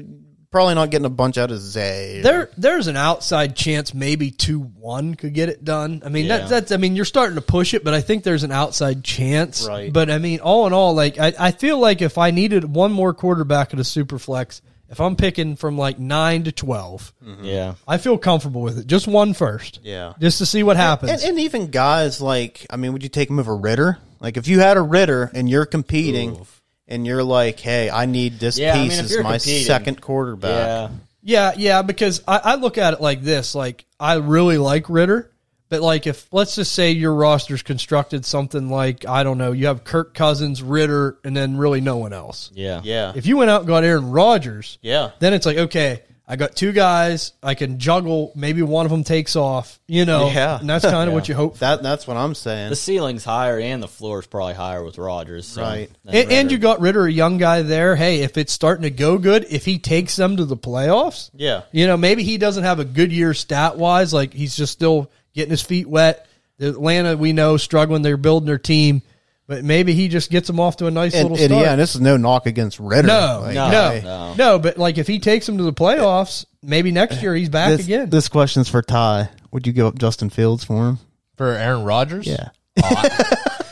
Speaker 3: probably not getting a bunch out of Zay. or-
Speaker 1: there there's an outside chance maybe two one could get it done. I mean that, that's I mean you're starting to push it, but I think there's an outside chance.
Speaker 3: Right.
Speaker 1: But I mean all in all, like I, I feel like if I needed one more quarterback at a super flex, if I'm picking from like nine to
Speaker 3: Hmm.
Speaker 1: 12
Speaker 5: Yeah.
Speaker 1: I feel comfortable with it. Just one first.
Speaker 3: Yeah.
Speaker 1: Just to see what happens.
Speaker 3: and, and even guys like, I mean, would you take him over Ritter? Like, if you had a Ritter and you're competing, and you're like, "Hey, I need this
Speaker 5: Yeah, I mean,
Speaker 3: piece
Speaker 5: if
Speaker 3: as
Speaker 5: you're
Speaker 3: my
Speaker 5: competing-
Speaker 3: second quarterback."
Speaker 5: Yeah.
Speaker 1: Yeah, yeah, because I, I look at it like this. Like I really like Ritter, but like if let's just say your roster's constructed something like, I don't know, you have Kirk Cousins, Ritter, and then really no one else.
Speaker 5: Yeah.
Speaker 3: Yeah,
Speaker 1: If you went out and got Aaron Rodgers,
Speaker 3: yeah,
Speaker 1: then it's like, okay, I got two guys, I can juggle, maybe one of them takes off, you know.
Speaker 3: (laughs) Yeah.
Speaker 1: And that's kind of what you hope for.
Speaker 3: that that's what I'm saying.
Speaker 5: The ceiling's higher and the floor's probably higher with Rogers. So
Speaker 3: Right.
Speaker 1: And,
Speaker 5: than
Speaker 1: and
Speaker 5: Ritter.
Speaker 1: you got Ritter, a young guy there. Hey, if it's starting to go good, if he takes them to the playoffs,
Speaker 3: Yeah.
Speaker 1: you know, maybe he doesn't have a good year stat wise. Like he's just still getting his feet wet. The Atlanta, we know, struggling. They're building their team, but maybe he just gets them off to a nice
Speaker 3: and,
Speaker 1: little
Speaker 3: and
Speaker 1: start.
Speaker 3: yeah, and this is no knock against Ritter.
Speaker 1: no,
Speaker 3: Like,
Speaker 1: no,
Speaker 3: I-
Speaker 1: no, no, But like, if he takes them to the playoffs, maybe next year he's back
Speaker 3: This,
Speaker 1: again.
Speaker 3: this question's for Ty. Would you give up Justin Fields for him?
Speaker 4: For Aaron
Speaker 3: (laughs)
Speaker 4: Rodgers? Yeah.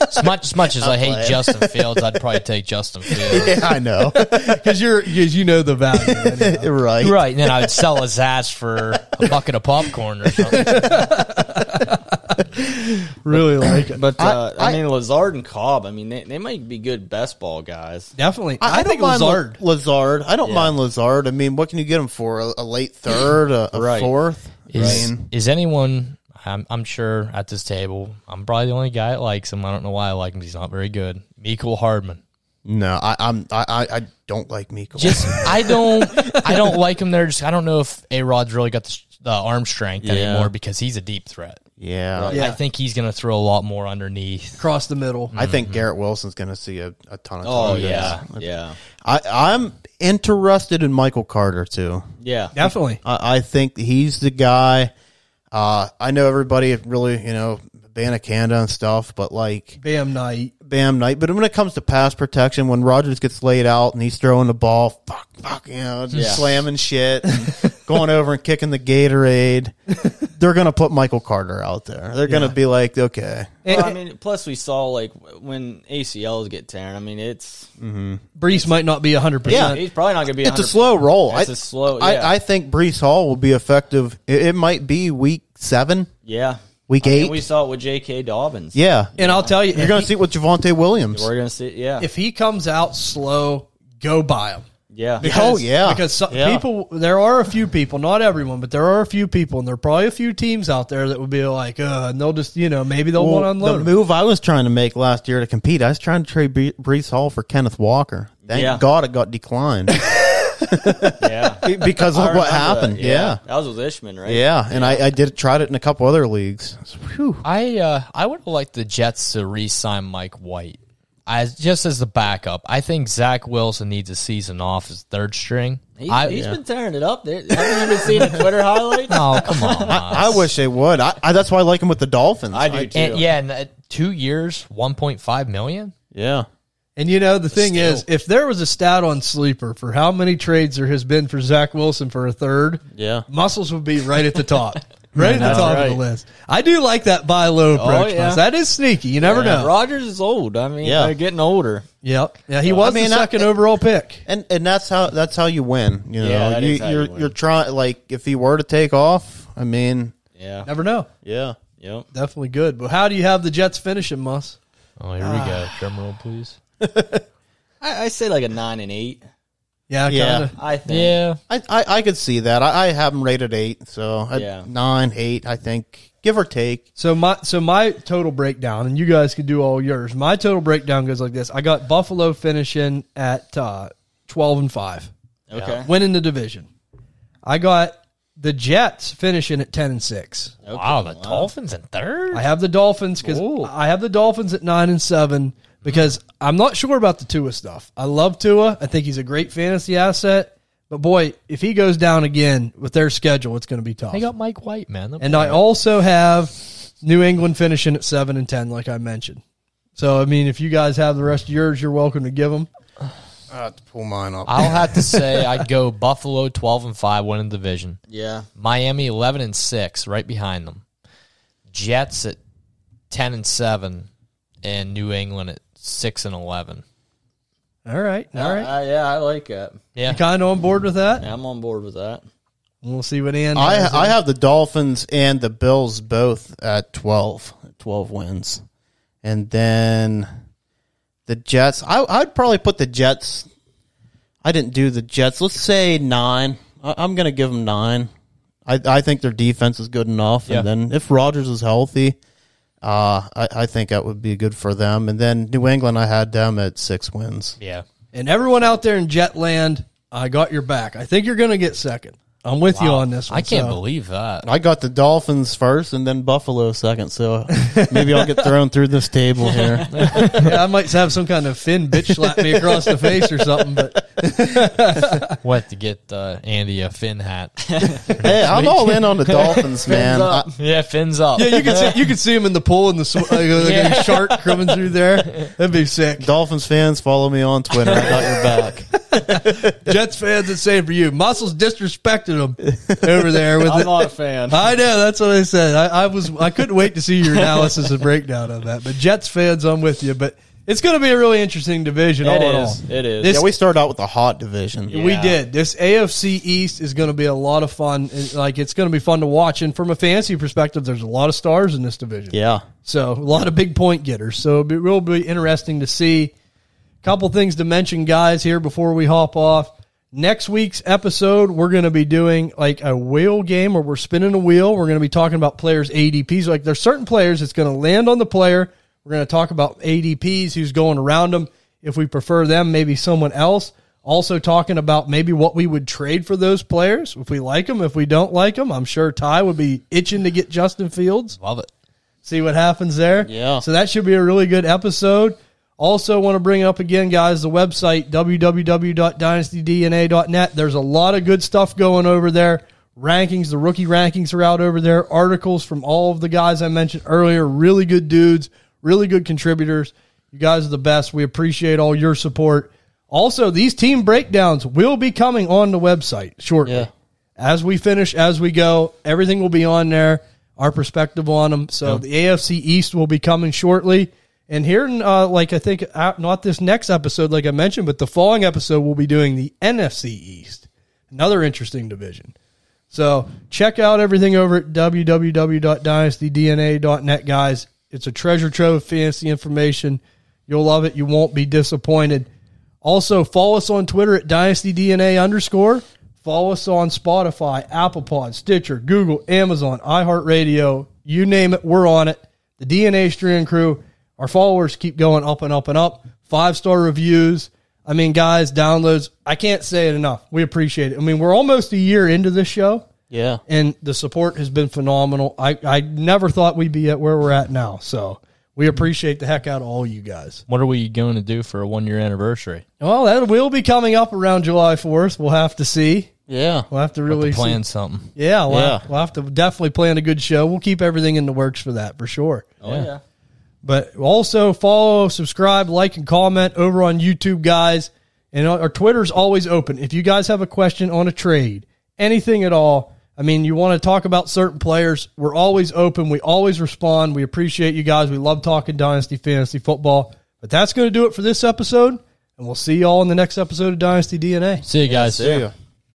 Speaker 4: as, much,
Speaker 5: (laughs)
Speaker 4: as much as I hate Justin Fields, I'd probably take Justin Fields.
Speaker 3: I know. (laughs)
Speaker 1: Because you're, because you know the value. anyway.
Speaker 3: right.
Speaker 4: Right. And then I would sell his ass for a bucket of popcorn or something.
Speaker 1: really like it.
Speaker 5: But uh, I,
Speaker 3: I-
Speaker 5: mean, Lazard and Cobb. I mean, they, they might be good best ball guys.
Speaker 1: Definitely,
Speaker 3: I,
Speaker 1: I,
Speaker 3: I don't
Speaker 1: think
Speaker 3: mind
Speaker 1: Lazard.
Speaker 3: Lazard. Lazard. I don't mind Lazard. I mean, what can you get him for? A, a late third, a, a
Speaker 5: Right.
Speaker 3: fourth? I
Speaker 4: Is,
Speaker 3: mean,
Speaker 4: is anyone, I'm, I'm sure, at this table, I'm probably the only guy that likes him. I don't know why I like him. 'cause He's not very good. Michael Hardman.
Speaker 3: no, I, I'm. I, I, I don't like Miko.
Speaker 4: Just, I don't, I don't like him there. Just, I don't know if A Rod's really got the, s- the arm strength anymore because he's a deep threat.
Speaker 3: yeah.
Speaker 1: Yeah.
Speaker 4: I think he's going to throw a lot more underneath.
Speaker 1: across the middle.
Speaker 3: I think Garrett Wilson's going to see a, a ton of.
Speaker 5: Oh
Speaker 3: targets.
Speaker 5: yeah, yeah,
Speaker 3: I, I'm interested in Michael Carter too.
Speaker 5: yeah.
Speaker 1: Definitely,
Speaker 3: I, I think he's the guy. Uh, I know everybody really, you know, Banacanda and stuff, but like
Speaker 1: Bam Knight.
Speaker 3: Bam Knight. But when it comes to pass protection, when Rogers gets laid out and he's throwing the ball, fuck, fuck, you know, just
Speaker 5: Yeah.
Speaker 3: slamming shit,
Speaker 5: (laughs)
Speaker 3: and going over and kicking the Gatorade, they're gonna put Michael Carter out there. They're gonna be like, okay,
Speaker 5: Well, I mean, plus we saw like when ACLs get torn. I mean, it's
Speaker 1: Brees might not be hundred
Speaker 3: Yeah.
Speaker 1: percent.
Speaker 5: he's probably not going to be.
Speaker 3: it's a
Speaker 5: 100%.
Speaker 3: slow roll.
Speaker 5: It's
Speaker 3: I-
Speaker 5: a slow. Yeah,
Speaker 3: I, I think Brees Hall will be effective. It, it might be week seven,
Speaker 5: yeah.
Speaker 3: week
Speaker 5: I mean,
Speaker 3: eight.
Speaker 5: we saw it with J.K. Dobbins.
Speaker 3: yeah,
Speaker 1: And I'll tell you,
Speaker 3: you're
Speaker 1: if
Speaker 3: gonna
Speaker 1: he-
Speaker 3: see it with Javante Williams.
Speaker 5: we're gonna see. Yeah,
Speaker 1: if he comes out slow, go buy him.
Speaker 5: yeah,
Speaker 3: Oh yeah,
Speaker 1: because so,
Speaker 3: Yeah.
Speaker 1: people. There are a few people, not everyone, but there are a few people, and there are probably a few teams out there that would be like, uh, and they'll just, you know, maybe they'll want to
Speaker 3: Well,
Speaker 1: unload.
Speaker 3: the
Speaker 1: him.
Speaker 3: move I was trying to make last year to compete, I was trying to trade Bre- Brees Hall for Kenneth Walker. Thank
Speaker 5: Yeah.
Speaker 3: God it got declined (laughs)
Speaker 5: yeah.
Speaker 3: because
Speaker 5: I
Speaker 3: of
Speaker 5: remember
Speaker 3: what
Speaker 5: that,
Speaker 3: happened. Yeah.
Speaker 5: that was with Ishman, right?
Speaker 3: yeah, and I, I did tried it in a couple other leagues. Whew.
Speaker 4: I uh, I would like the Jets to re-sign Mike White as just as the backup. I think Zach Wilson needs a season off as third string.
Speaker 5: He,
Speaker 4: I,
Speaker 5: has been tearing it up. There, haven't you
Speaker 3: (laughs)
Speaker 5: been seeing the Twitter highlights?
Speaker 4: (laughs) oh come (laughs) on,
Speaker 3: I wish they would. I, I that's why I like him with the Dolphins.
Speaker 5: I do too.
Speaker 4: And- yeah, and, uh, two years, one point five million.
Speaker 3: yeah,
Speaker 1: And you know, the thing is, if there was a stat on sleeper for how many trades there has been for Zach Wilson for a third,
Speaker 5: Yeah.
Speaker 1: muscles would be right at the
Speaker 5: (laughs)
Speaker 1: top. Right at the
Speaker 5: That's
Speaker 1: top of
Speaker 5: right. Oh,
Speaker 1: the list. I do like that buy low approach.
Speaker 5: yeah.
Speaker 1: Miles. That is sneaky. You never know.
Speaker 5: Rogers is old. I mean,
Speaker 3: Yeah.
Speaker 5: they're getting older.
Speaker 1: Yep. Yeah, he was
Speaker 3: mean,
Speaker 1: the
Speaker 3: I-
Speaker 1: second overall pick.
Speaker 3: And and that's how that's how you win. You know,
Speaker 5: Yeah, that
Speaker 3: you,
Speaker 5: is how you
Speaker 3: you're
Speaker 5: win.
Speaker 3: you are trying like if he were to take off, I mean,
Speaker 5: Yeah.
Speaker 1: Never know.
Speaker 3: yeah,
Speaker 5: Yep.
Speaker 1: Definitely good. But how do you have the Jets finishing, Mus?
Speaker 4: Oh, here we go. Drum roll, please.
Speaker 5: I, I say like a nine and eight.
Speaker 1: Yeah,
Speaker 3: Yeah.
Speaker 1: kind of.
Speaker 5: I think.
Speaker 4: Yeah.
Speaker 3: I, I I could see that. I, I have him rated eight, so I,
Speaker 5: Yeah.
Speaker 3: nine, eight, I think, give or take.
Speaker 1: So my so my total breakdown, and you guys can do all yours. My total breakdown goes like this: I got Buffalo finishing at uh, twelve and five,
Speaker 5: Okay.
Speaker 1: winning the division. I got the Jets finishing at ten and six.
Speaker 4: Wow, the Dolphins in third.
Speaker 1: I have the Dolphins because I have the Dolphins at nine and seven because I'm not sure about the Tua stuff. I love Tua. I think he's a great fantasy asset, but boy, if he goes down again with their schedule, it's going to be tough.
Speaker 4: They got Mike White, man.
Speaker 1: And I also have New England finishing at seven and ten, like I mentioned. So I mean, if you guys have the rest of yours, you're welcome to give them.
Speaker 3: I have to pull mine up.
Speaker 4: I'll have to say I'd go Buffalo twelve and five, winning the division.
Speaker 5: Yeah.
Speaker 4: Miami eleven and six, right behind them. Jets at ten and seven, and New England at six and eleven.
Speaker 1: All right, all right.
Speaker 5: Uh, yeah, I like it.
Speaker 4: Yeah,
Speaker 1: Kind of on board with that.
Speaker 5: Yeah, I'm on board with that.
Speaker 1: We'll see what Ann.
Speaker 3: I
Speaker 1: has.
Speaker 3: I have the Dolphins and the Bills both at 12, 12 wins, and then the Jets. I I'd probably put the Jets. I didn't do the Jets. Let's say nine. I, I'm gonna give them nine. I I think their defense is good enough,
Speaker 4: Yeah.
Speaker 3: and then if Rogers is healthy. Uh, I, I think that would be good for them. And then New England, I had them at six wins.
Speaker 4: yeah.
Speaker 1: and everyone out there in Jetland, I got your back. I think you're going to get second. I'm with you on this one.
Speaker 4: I can't
Speaker 1: so-
Speaker 4: believe that.
Speaker 3: I got the Dolphins first and then Buffalo second. So maybe I'll get thrown through this table here.
Speaker 1: Yeah, (laughs) I might have some kind of Finn bitch slap me across the face or something. But
Speaker 4: (laughs) What to get uh, Andy a fin hat? (laughs)
Speaker 3: Hey, I'm all in (laughs) on the Dolphins, man. I,
Speaker 5: up.
Speaker 4: yeah, fins
Speaker 1: (laughs)
Speaker 4: up.
Speaker 1: yeah, you could see you could see him in the pool in the (laughs) sw- uh, like, like a shark coming through there. That'd be sick.
Speaker 3: Dolphins fans, follow me on Twitter. I got your back.
Speaker 1: Jets fans, it's same for you. Muscles disrespected (laughs) him over there with
Speaker 5: I'm
Speaker 1: it.
Speaker 5: not a fan.
Speaker 1: I know that's what I said. I, I was I couldn't wait to see your analysis and breakdown of that. But Jets fans, I'm with you. But it's going to be a really interesting division. all
Speaker 5: It
Speaker 1: in
Speaker 5: is.
Speaker 1: all.
Speaker 5: It is.
Speaker 1: This-
Speaker 3: (laughs) Yeah, we start out with a hot division.
Speaker 1: We
Speaker 5: Yeah.
Speaker 1: did this AFC East is going to be a lot of fun. It- Like it's going to be fun to watch. And from a fantasy perspective, there's a lot of stars in this division.
Speaker 3: Yeah.
Speaker 1: So a lot of big point getters. So it'll be, will be interesting to see. Couple things to mention, guys, here before we hop off. Next week's episode, we're going to be doing like a wheel game where we're spinning a wheel. We're going to be talking about players' ADPs. Like there's certain players, it's going to land on the player. We're going to talk about ADPs, who's going around them, if we prefer them, maybe someone else. Also talking about maybe what we would trade for those players, if we like them, if we don't like them. I'm sure Ty would be itching to get Justin Fields
Speaker 4: Love it.
Speaker 1: see what happens there.
Speaker 3: Yeah.
Speaker 1: So that should be a really good episode. Also, want to bring up again, guys, the website www.dynastydna.net. There's a lot of good stuff going over there. Rankings, the rookie rankings are out over there. Articles from all of the guys I mentioned earlier, really good dudes, really good contributors. You guys are the best. We appreciate all your support. Also, these team breakdowns will be coming on the website shortly
Speaker 3: Yeah.
Speaker 1: as we finish, as we go, everything will be on there, our perspective on them. So the AFC East will be coming shortly. And here, in, uh, like I think, uh, not this next episode, like I mentioned, but the following episode, we'll be doing the NFC East, another interesting division. So check out everything over at www.dynastydna.net, guys. It's a treasure trove of fantasy information. You'll love it. You won't be disappointed. Also, follow us on Twitter at dynastydna underscore. Follow us on Spotify, Apple Pod, Stitcher, Google, Amazon, iHeartRadio. You name it, we're on it. The DNA Strand crew, our followers keep going up and up and up. Five star reviews. I mean, guys, downloads. I can't say it enough. We appreciate it. I mean, we're almost a year into this show,
Speaker 3: Yeah.
Speaker 1: and the support has been phenomenal. I, I never thought we'd be at where we're at now. So we appreciate the heck out of all you guys.
Speaker 4: What are we going to do for a one year anniversary?
Speaker 1: Well, that will be coming up around July 4th. We'll have to see.
Speaker 3: Yeah.
Speaker 1: We'll have to really
Speaker 4: Really
Speaker 1: see.
Speaker 4: plan something.
Speaker 1: Yeah, we'll,
Speaker 3: Yeah.
Speaker 1: Have, we'll have to definitely plan a good show. We'll keep everything in the works for that for sure.
Speaker 5: oh, yeah.
Speaker 1: But also follow, subscribe, like, and comment over on YouTube, guys. And our our Twitter's always open. If you guys have a question on a trade, anything at all, I mean, you want to talk about certain players, we're always open. We always respond. We appreciate you guys. We love talking Dynasty Fantasy Football. But that's going to do it for this episode. And we'll see y'all in the next episode of Dynasty DNA.
Speaker 4: See you guys.
Speaker 5: See ya.